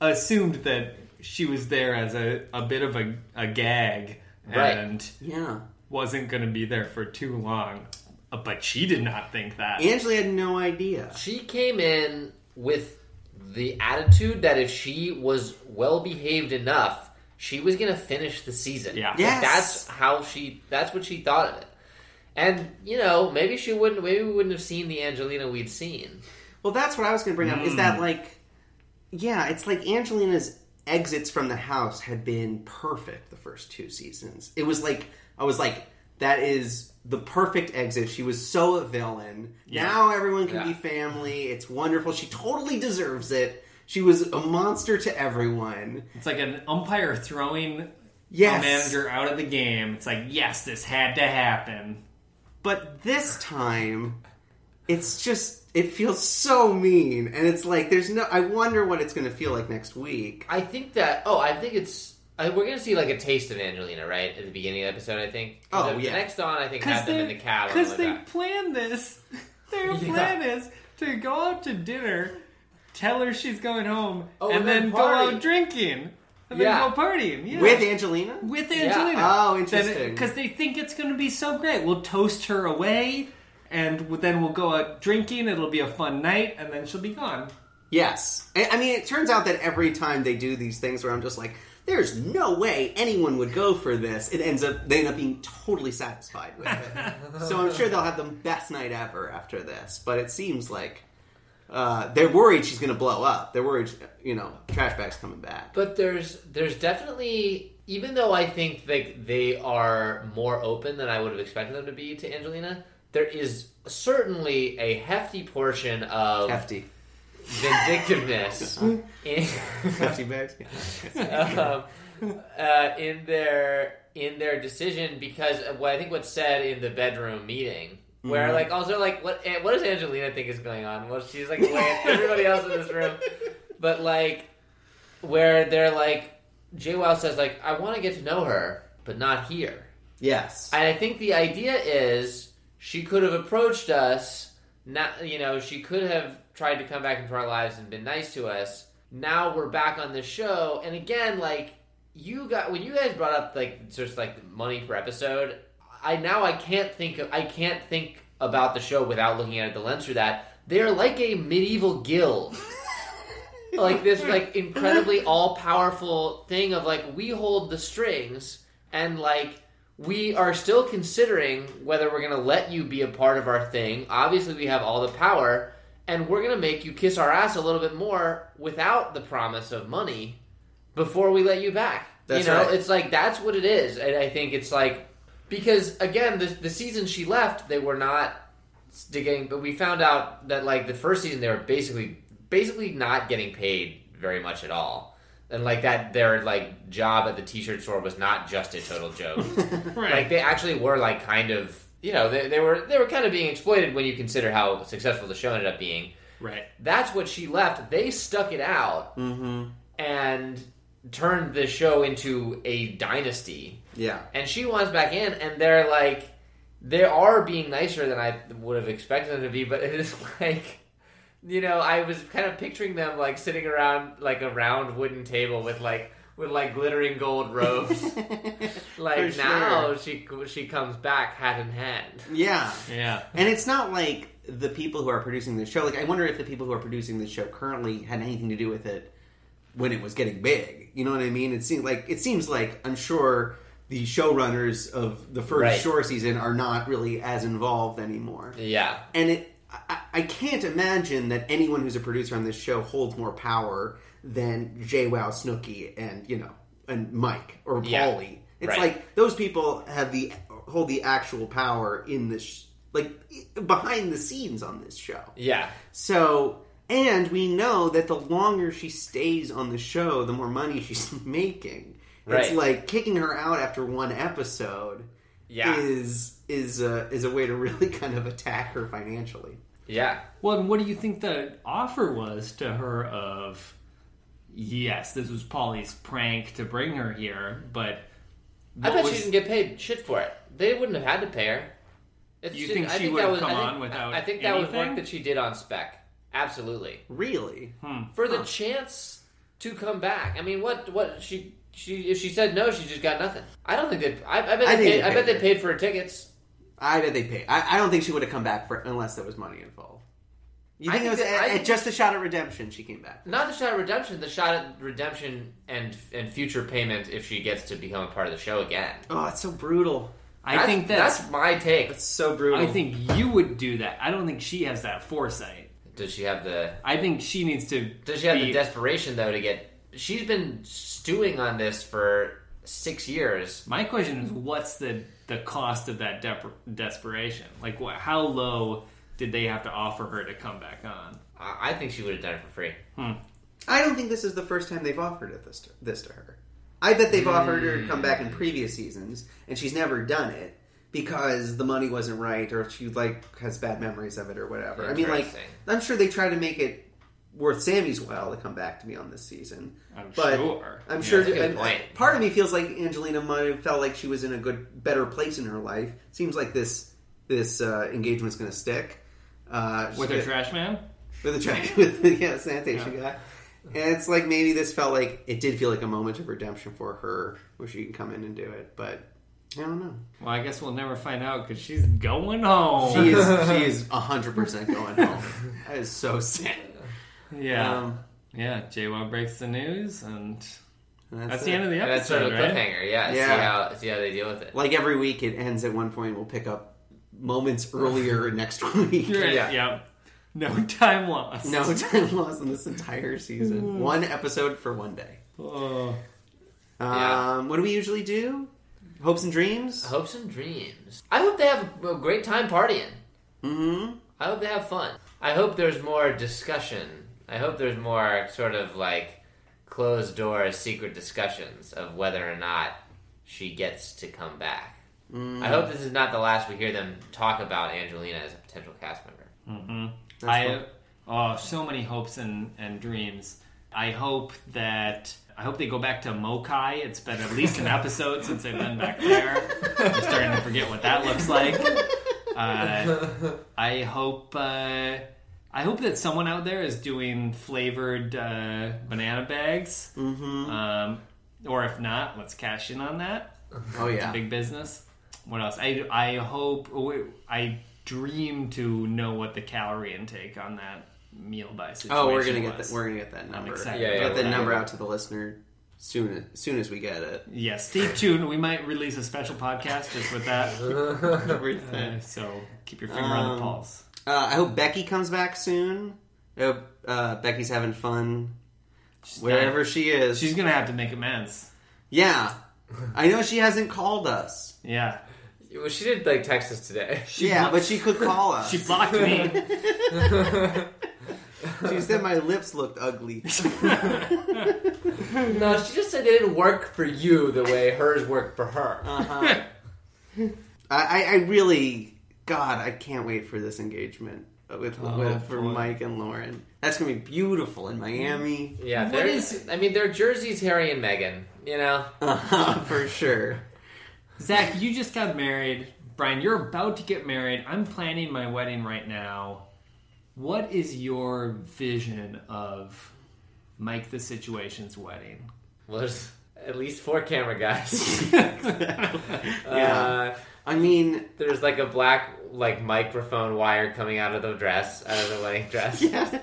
Speaker 4: assumed that she was there as a, a bit of a, a gag
Speaker 3: Right.
Speaker 4: and
Speaker 5: Yeah.
Speaker 4: wasn't going to be there for too long. Uh, But she did not think that.
Speaker 5: Angela had no idea.
Speaker 3: She came in with the attitude that if she was well behaved enough, she was going to finish the season.
Speaker 4: Yeah.
Speaker 3: Like,
Speaker 5: Yes.
Speaker 3: that's how she. That's what she thought of it. And you know, maybe she wouldn't. Maybe we wouldn't have seen the Angelina we'd seen.
Speaker 5: Well, that's what I was going to bring up. Is that like, yeah, it's like Angelina's exits from the house had been perfect the first two seasons. It was like I was like, that is the perfect exit. She was so a villain. Now everyone can be
Speaker 3: Yeah.
Speaker 5: family. It's wonderful. She totally deserves it. She was a monster to everyone.
Speaker 4: It's like an umpire throwing
Speaker 5: Yes.
Speaker 4: a manager out of the game. It's like, yes, this had to happen.
Speaker 5: But this time, it's just it feels so mean, and it's like there's no. I wonder what it's going to feel like next week.
Speaker 3: I think that. Oh, I think it's. I, we're gonna see like a taste of Angelina, right, at the beginning of the episode. I think. 'Cause
Speaker 5: Oh,
Speaker 3: the,
Speaker 5: yeah.
Speaker 3: The next on, I think, had them in the cab. or
Speaker 4: Because
Speaker 3: something
Speaker 4: they
Speaker 3: like that.
Speaker 4: planned this. Their
Speaker 3: Yeah.
Speaker 4: plan is to go out to dinner, tell her she's going home,
Speaker 3: Oh,
Speaker 4: and,
Speaker 3: and
Speaker 4: then,
Speaker 3: then
Speaker 4: go
Speaker 3: party.
Speaker 4: out drinking. And
Speaker 3: Yeah.
Speaker 4: then go partying. Yeah.
Speaker 5: With Angelina?
Speaker 4: With Angelina.
Speaker 5: Oh, interesting.
Speaker 4: Because they think it's going to be so great. We'll toast her away, and w- then we'll go out drinking. It'll be a fun night, and then she'll be gone.
Speaker 5: Yes. I, I mean, it turns out that every time they do these things where I'm just like, there's no way anyone would go for this, it ends up, they end up being totally satisfied with it. so I'm sure they'll have the best night ever after this, but it seems like uh, they're worried she's going to blow up. They're worried, you know, trash bag's coming back.
Speaker 3: But there's there's definitely even though I think they they are more open than I would have expected them to be to Angelina, there is certainly a hefty portion of
Speaker 5: Hefty.
Speaker 3: vindictiveness in,
Speaker 5: Pepsi bags.
Speaker 3: um, uh, in their in their decision because of what I think what's said in the bedroom meeting. Where like also like what eh, what does Angelina think is going on? Well, she's like away at everybody else in this room, but like where they're like Jay Wow says like I want to get to know her, but not here.
Speaker 5: Yes.
Speaker 3: And I think the idea is she could have approached us. Not, you know, she could have tried to come back into our lives and been nice to us. Now we're back on this show, and again, like you got when you guys brought up like just like money per episode. I now I can't think of I can't think about the show without looking at it the lens through that. They're like a medieval guild like this like incredibly all powerful thing of like we hold the strings and like we are still considering whether we're gonna let you be a part of our thing. Obviously we have all the power and we're gonna make you kiss our ass a little bit more without the promise of money before we let you back.
Speaker 5: That's
Speaker 3: you know,
Speaker 5: right.
Speaker 3: it's like that's what it is. And I think it's like because again, the the season she left, they were not digging, but we found out that like the first season they were basically basically not getting paid very much at all. And like that their like job at the t-shirt store was not just a total joke. Like
Speaker 4: Right.
Speaker 3: they actually were like kind of, you know, they, they were they were kind of being exploited when you consider how successful the show ended up being.
Speaker 4: right.
Speaker 3: That's what she left. They stuck it out and turned the show into a dynasty
Speaker 5: Yeah.
Speaker 3: and she wants back in, and they're like, they are being nicer than I would have expected them to be, but it is like, you know, I was kind of picturing them like sitting around like a round wooden table with like with like glittering gold robes. like
Speaker 5: For
Speaker 3: now she she comes back hat in hand.
Speaker 5: Yeah.
Speaker 4: Yeah.
Speaker 5: And it's not like the people who are producing the show. Like, I wonder if the people who are producing the show currently had anything to do with it when it was getting big. You know what I mean? It seems like it seems like I'm sure the showrunners of the first
Speaker 3: Right.
Speaker 5: shore season are not really as involved anymore.
Speaker 3: Yeah,
Speaker 5: And it, I, I can't imagine that anyone who's a producer on this show holds more power than Jay Wow, Snooki, and you know, and Mike or
Speaker 3: Yeah.
Speaker 5: Paulie. It's
Speaker 3: Right.
Speaker 5: like those people have the hold the actual power in this, sh- like behind the scenes on this show.
Speaker 3: yeah,
Speaker 5: So, and we know that the longer she stays on the show, the more money she's making. It's
Speaker 3: Right.
Speaker 5: like kicking her out after one episode
Speaker 3: yeah,
Speaker 5: is is a, is a way to really kind of attack her financially.
Speaker 3: yeah.
Speaker 4: Well, and what do you think the offer was to her of, yes, this was Polly's prank to bring her here, but
Speaker 3: I
Speaker 4: what
Speaker 3: bet
Speaker 4: was-
Speaker 3: she didn't get paid shit for it. They wouldn't have had to pay her. It's
Speaker 4: You
Speaker 3: just-
Speaker 4: think
Speaker 3: I
Speaker 4: she
Speaker 3: that
Speaker 4: would've
Speaker 3: was- I
Speaker 4: come
Speaker 3: think-
Speaker 4: on without
Speaker 3: I think that was work
Speaker 4: anything?
Speaker 3: that she did on spec. Absolutely.
Speaker 5: Really?
Speaker 3: for the chance to come back. I mean, what what she she if she said no, she just got nothing. I don't think that I, I bet they
Speaker 5: I think
Speaker 3: paid,
Speaker 5: they
Speaker 3: I bet
Speaker 5: paid
Speaker 3: they
Speaker 5: her.
Speaker 3: paid for her tickets.
Speaker 5: I bet they pay. I, I don't think she would have come back for unless there was money involved. You
Speaker 3: I
Speaker 5: think, it
Speaker 3: think
Speaker 5: was
Speaker 3: that- I
Speaker 5: at,
Speaker 3: think
Speaker 5: at just a shot at redemption she came back?
Speaker 3: Not the shot at redemption, the shot at redemption and and future payment if she gets to become a part of the show again.
Speaker 5: Oh, it's so brutal.
Speaker 4: I think that's,
Speaker 3: my take.
Speaker 5: It's so brutal.
Speaker 4: I think you would do that. I don't think she has that foresight.
Speaker 3: Does she have the
Speaker 4: I think she needs to.
Speaker 3: Does she have the
Speaker 4: be-
Speaker 3: desperation though to get? She's been stewing on this for six years.
Speaker 4: My question is, what's the the cost of that dep desperation? Like, what? How low did they have to offer her to come back on?
Speaker 3: I I think she would have done it for free.
Speaker 5: I don't think this is the first time they've offered it this to, this to her. I bet they've offered her to come back in previous seasons, and she's never done it because the money wasn't right, or she like has bad memories of it, or whatever. I mean, like
Speaker 3: Interesting.
Speaker 5: I'm sure they try to make it worth Sammy's while to come back to me on this season.
Speaker 4: I'm
Speaker 5: but
Speaker 4: sure.
Speaker 5: I'm sure.
Speaker 3: that's a good
Speaker 5: and
Speaker 3: point.
Speaker 5: Part of me feels like Angelina might have felt like she was in a good, better place in her life. Seems like this this uh, engagement's going to stick. Uh,
Speaker 4: With her
Speaker 5: she-
Speaker 4: trash man?
Speaker 5: with the track with the yeah, sanitation guy. And it's like maybe this felt like it did feel like a moment of redemption for her, where she can come in and do it. But I don't know.
Speaker 4: Well, I guess we'll never find out because she's going home.
Speaker 5: She is she is hundred percent going home. That is so sad.
Speaker 4: yeah.
Speaker 5: Um,
Speaker 4: yeah, JWoww breaks the news, and
Speaker 5: That's,
Speaker 4: that's
Speaker 5: it.
Speaker 4: the end of the
Speaker 3: And that's sort
Speaker 4: episode,
Speaker 3: of a
Speaker 4: right?
Speaker 3: cliffhanger, yeah. See
Speaker 5: Yeah.
Speaker 3: how see how they deal with it.
Speaker 5: Like every week, it ends at one point. We'll pick up moments earlier next week.
Speaker 4: You're right,
Speaker 3: Yeah.
Speaker 4: Yep. No time lost.
Speaker 5: No time lost in this entire
Speaker 4: Hmm.
Speaker 5: season. One episode for one day.
Speaker 4: Oh.
Speaker 5: Um,
Speaker 3: Yeah.
Speaker 5: What do we usually do? Hopes and
Speaker 4: Uh,
Speaker 5: dreams.
Speaker 3: Hopes and dreams. I hope they have a great time partying.
Speaker 5: Mm-hmm.
Speaker 3: I hope they have fun. I hope there's more discussion I hope there's more sort of like closed door secret discussions of whether or not she gets to come back.
Speaker 5: Mm-hmm.
Speaker 3: I hope this is not the last we hear them talk about Angelina as a potential cast member.
Speaker 5: That's
Speaker 4: I
Speaker 5: fun.
Speaker 4: oh, so many hopes and, and dreams. I hope that I hope they go back to Mokai. It's been at least an episode since they've been back there. I'm starting to forget what that looks like. Uh, I hope uh, I hope that someone out there is doing flavored uh, banana bags. Mm-hmm. Um, or if not, let's cash in on that
Speaker 5: Oh yeah.
Speaker 4: big business. What else? I I hope oh, wait, I dream to know what the calorie intake on that meal by situation.
Speaker 5: Oh, we're gonna get
Speaker 4: was.
Speaker 5: that. We're gonna get that number.
Speaker 4: excited.
Speaker 3: Yeah, yeah,
Speaker 5: get
Speaker 3: we're
Speaker 5: the
Speaker 3: gonna-
Speaker 5: number out to the listener soon. As soon as we get it.
Speaker 4: yeah, stay tuned. We might release a special podcast just with that. Uh, so keep your finger on
Speaker 5: Um,
Speaker 4: the pulse.
Speaker 5: Uh, I hope Becky comes back soon. I hope uh, Becky's having fun
Speaker 4: She's
Speaker 5: wherever
Speaker 4: not-
Speaker 5: she is.
Speaker 4: she's gonna have to make amends.
Speaker 5: yeah. I know she hasn't called us.
Speaker 4: Yeah,
Speaker 3: Well, she did like text us today.
Speaker 5: yeah, but she could call us.
Speaker 4: she
Speaker 5: she,
Speaker 4: blocked me.
Speaker 5: said my lips looked ugly.
Speaker 3: No, she just said it didn't work for you the way hers worked for her.
Speaker 5: Uh-huh. I, I, I really, God, I can't wait for this engagement with, with for
Speaker 4: Oh, boy. Mm.
Speaker 5: Mike and Lauren. That's gonna be beautiful in Miami
Speaker 3: yeah,
Speaker 4: What
Speaker 3: there
Speaker 4: is-
Speaker 3: is. I mean, they're jerseys, Harry and Meghan. You know,
Speaker 5: uh-huh, for sure.
Speaker 4: Zach, you just got married. Brian, you're about to get married. I'm planning my wedding right now. What is your vision of Mike the Situation's wedding?
Speaker 3: well, there's at least four camera guys.
Speaker 5: Yeah.
Speaker 3: Uh,
Speaker 5: I mean,
Speaker 3: there's like a black like microphone wire coming out of the dress, out of the wedding dress.
Speaker 5: yeah.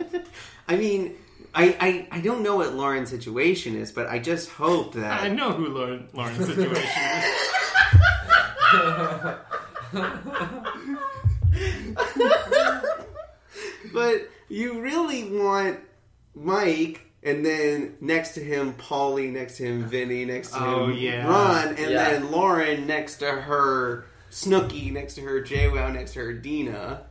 Speaker 5: I mean, I, I I don't know what Lauren's situation is, but I just hope that
Speaker 4: I know who Lauren, Lauren's situation is.
Speaker 5: But you really want Mike, and then next to him, Paulie, next to him, Vinny, next to
Speaker 4: Oh,
Speaker 5: him,
Speaker 4: yeah.
Speaker 5: Ron, and
Speaker 3: Yeah.
Speaker 5: then Lauren next to her, Snooky next to her, JWoww next to her, Dina.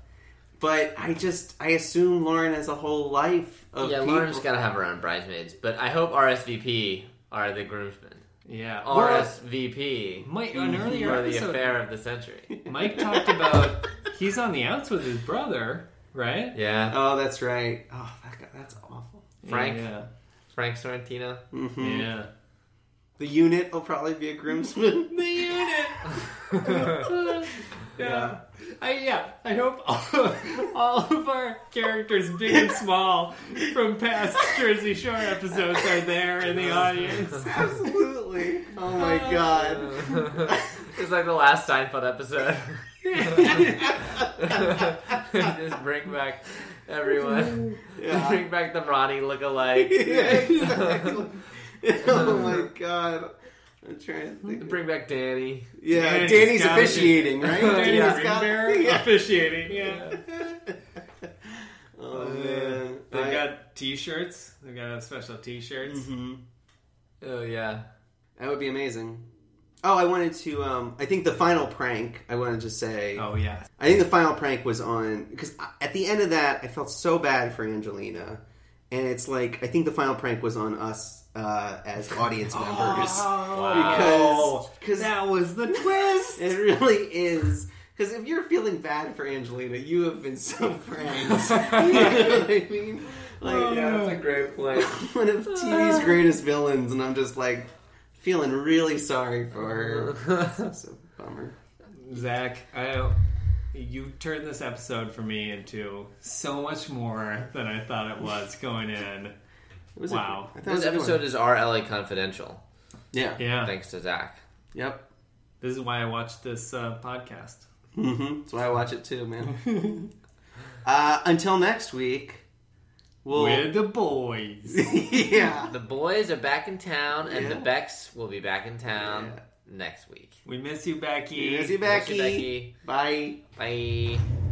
Speaker 5: But I just, I assume Lauren has a whole life of
Speaker 3: Yeah,
Speaker 5: people.
Speaker 3: Lauren's gotta have her own bridesmaids, but I hope RSVP are the groomsmen.
Speaker 4: Yeah.
Speaker 3: RSVP
Speaker 4: Mike, an earlier
Speaker 3: for the
Speaker 4: episode-
Speaker 3: affair of the century.
Speaker 4: Mike talked about he's on the outs with his brother, right?
Speaker 3: Yeah,
Speaker 5: Oh, that's right. Oh, that guy, that's awful.
Speaker 3: Frank.
Speaker 4: Yeah.
Speaker 3: Frank Sorrentino.
Speaker 5: hmm
Speaker 4: Yeah.
Speaker 5: The unit will probably be a groomsman.
Speaker 4: The unit. yeah. I yeah. I hope all, all of our characters, big and small, from past Jersey Shore episodes, are there in the audience.
Speaker 5: Absolutely. Oh my god.
Speaker 3: it's like the last Seinfeld episode. Just bring back everyone.
Speaker 5: Yeah.
Speaker 3: Bring back the Ronnie look-alike.
Speaker 5: Yeah, exactly. oh my god. I'm trying to think. of-
Speaker 3: Bring back Danny.
Speaker 5: Yeah,
Speaker 4: Danny's
Speaker 5: Danny's
Speaker 4: got it.
Speaker 5: officiating, right?
Speaker 4: Danny
Speaker 5: Danny's
Speaker 4: Greenberg
Speaker 5: yeah.
Speaker 4: officiating. Yeah.
Speaker 5: Oh man.
Speaker 4: They've
Speaker 5: I-
Speaker 4: got T-shirts. They've got special T-shirts.
Speaker 5: Mm-hmm.
Speaker 3: Oh yeah.
Speaker 5: That would be amazing. Oh, I wanted to. Um, I think the final prank. I wanted to say.
Speaker 4: Oh yeah.
Speaker 5: I think the final prank was on because at the end of that, I felt so bad for Angelina, and it's like I think the final prank was on us uh, as audience members.
Speaker 3: Oh.
Speaker 4: Oh,
Speaker 5: Because-
Speaker 4: because that was the twist.
Speaker 5: It really is. Because if you're feeling bad for Angelina, you have been so pranked. you know what I mean? Like,
Speaker 3: that's a great play.
Speaker 5: one of TV's greatest villains, and I'm just like feeling really sorry for her. That's a bummer.
Speaker 4: Zach, I, you turned this episode for me into so much more than I thought it was going in.
Speaker 5: It was
Speaker 4: Wow.
Speaker 5: A, I thought it
Speaker 3: This
Speaker 5: was a good
Speaker 3: episode
Speaker 5: one.
Speaker 3: is our LA Confidential.
Speaker 5: yeah.
Speaker 4: Yeah,
Speaker 3: Thanks to Zach.
Speaker 5: Yep.
Speaker 4: this is why I watched this uh, podcast.
Speaker 5: hmm That's why I watch it too, man. uh, until next week, we'll.
Speaker 4: We're the boys.
Speaker 5: yeah.
Speaker 3: The boys are back in town, and the
Speaker 5: Yeah.
Speaker 3: Becks will be back in town
Speaker 5: Yeah.
Speaker 3: next week.
Speaker 4: We miss you, Becky.
Speaker 5: See you,
Speaker 3: Miss you,
Speaker 5: Becky. Bye.
Speaker 3: Becky. Bye.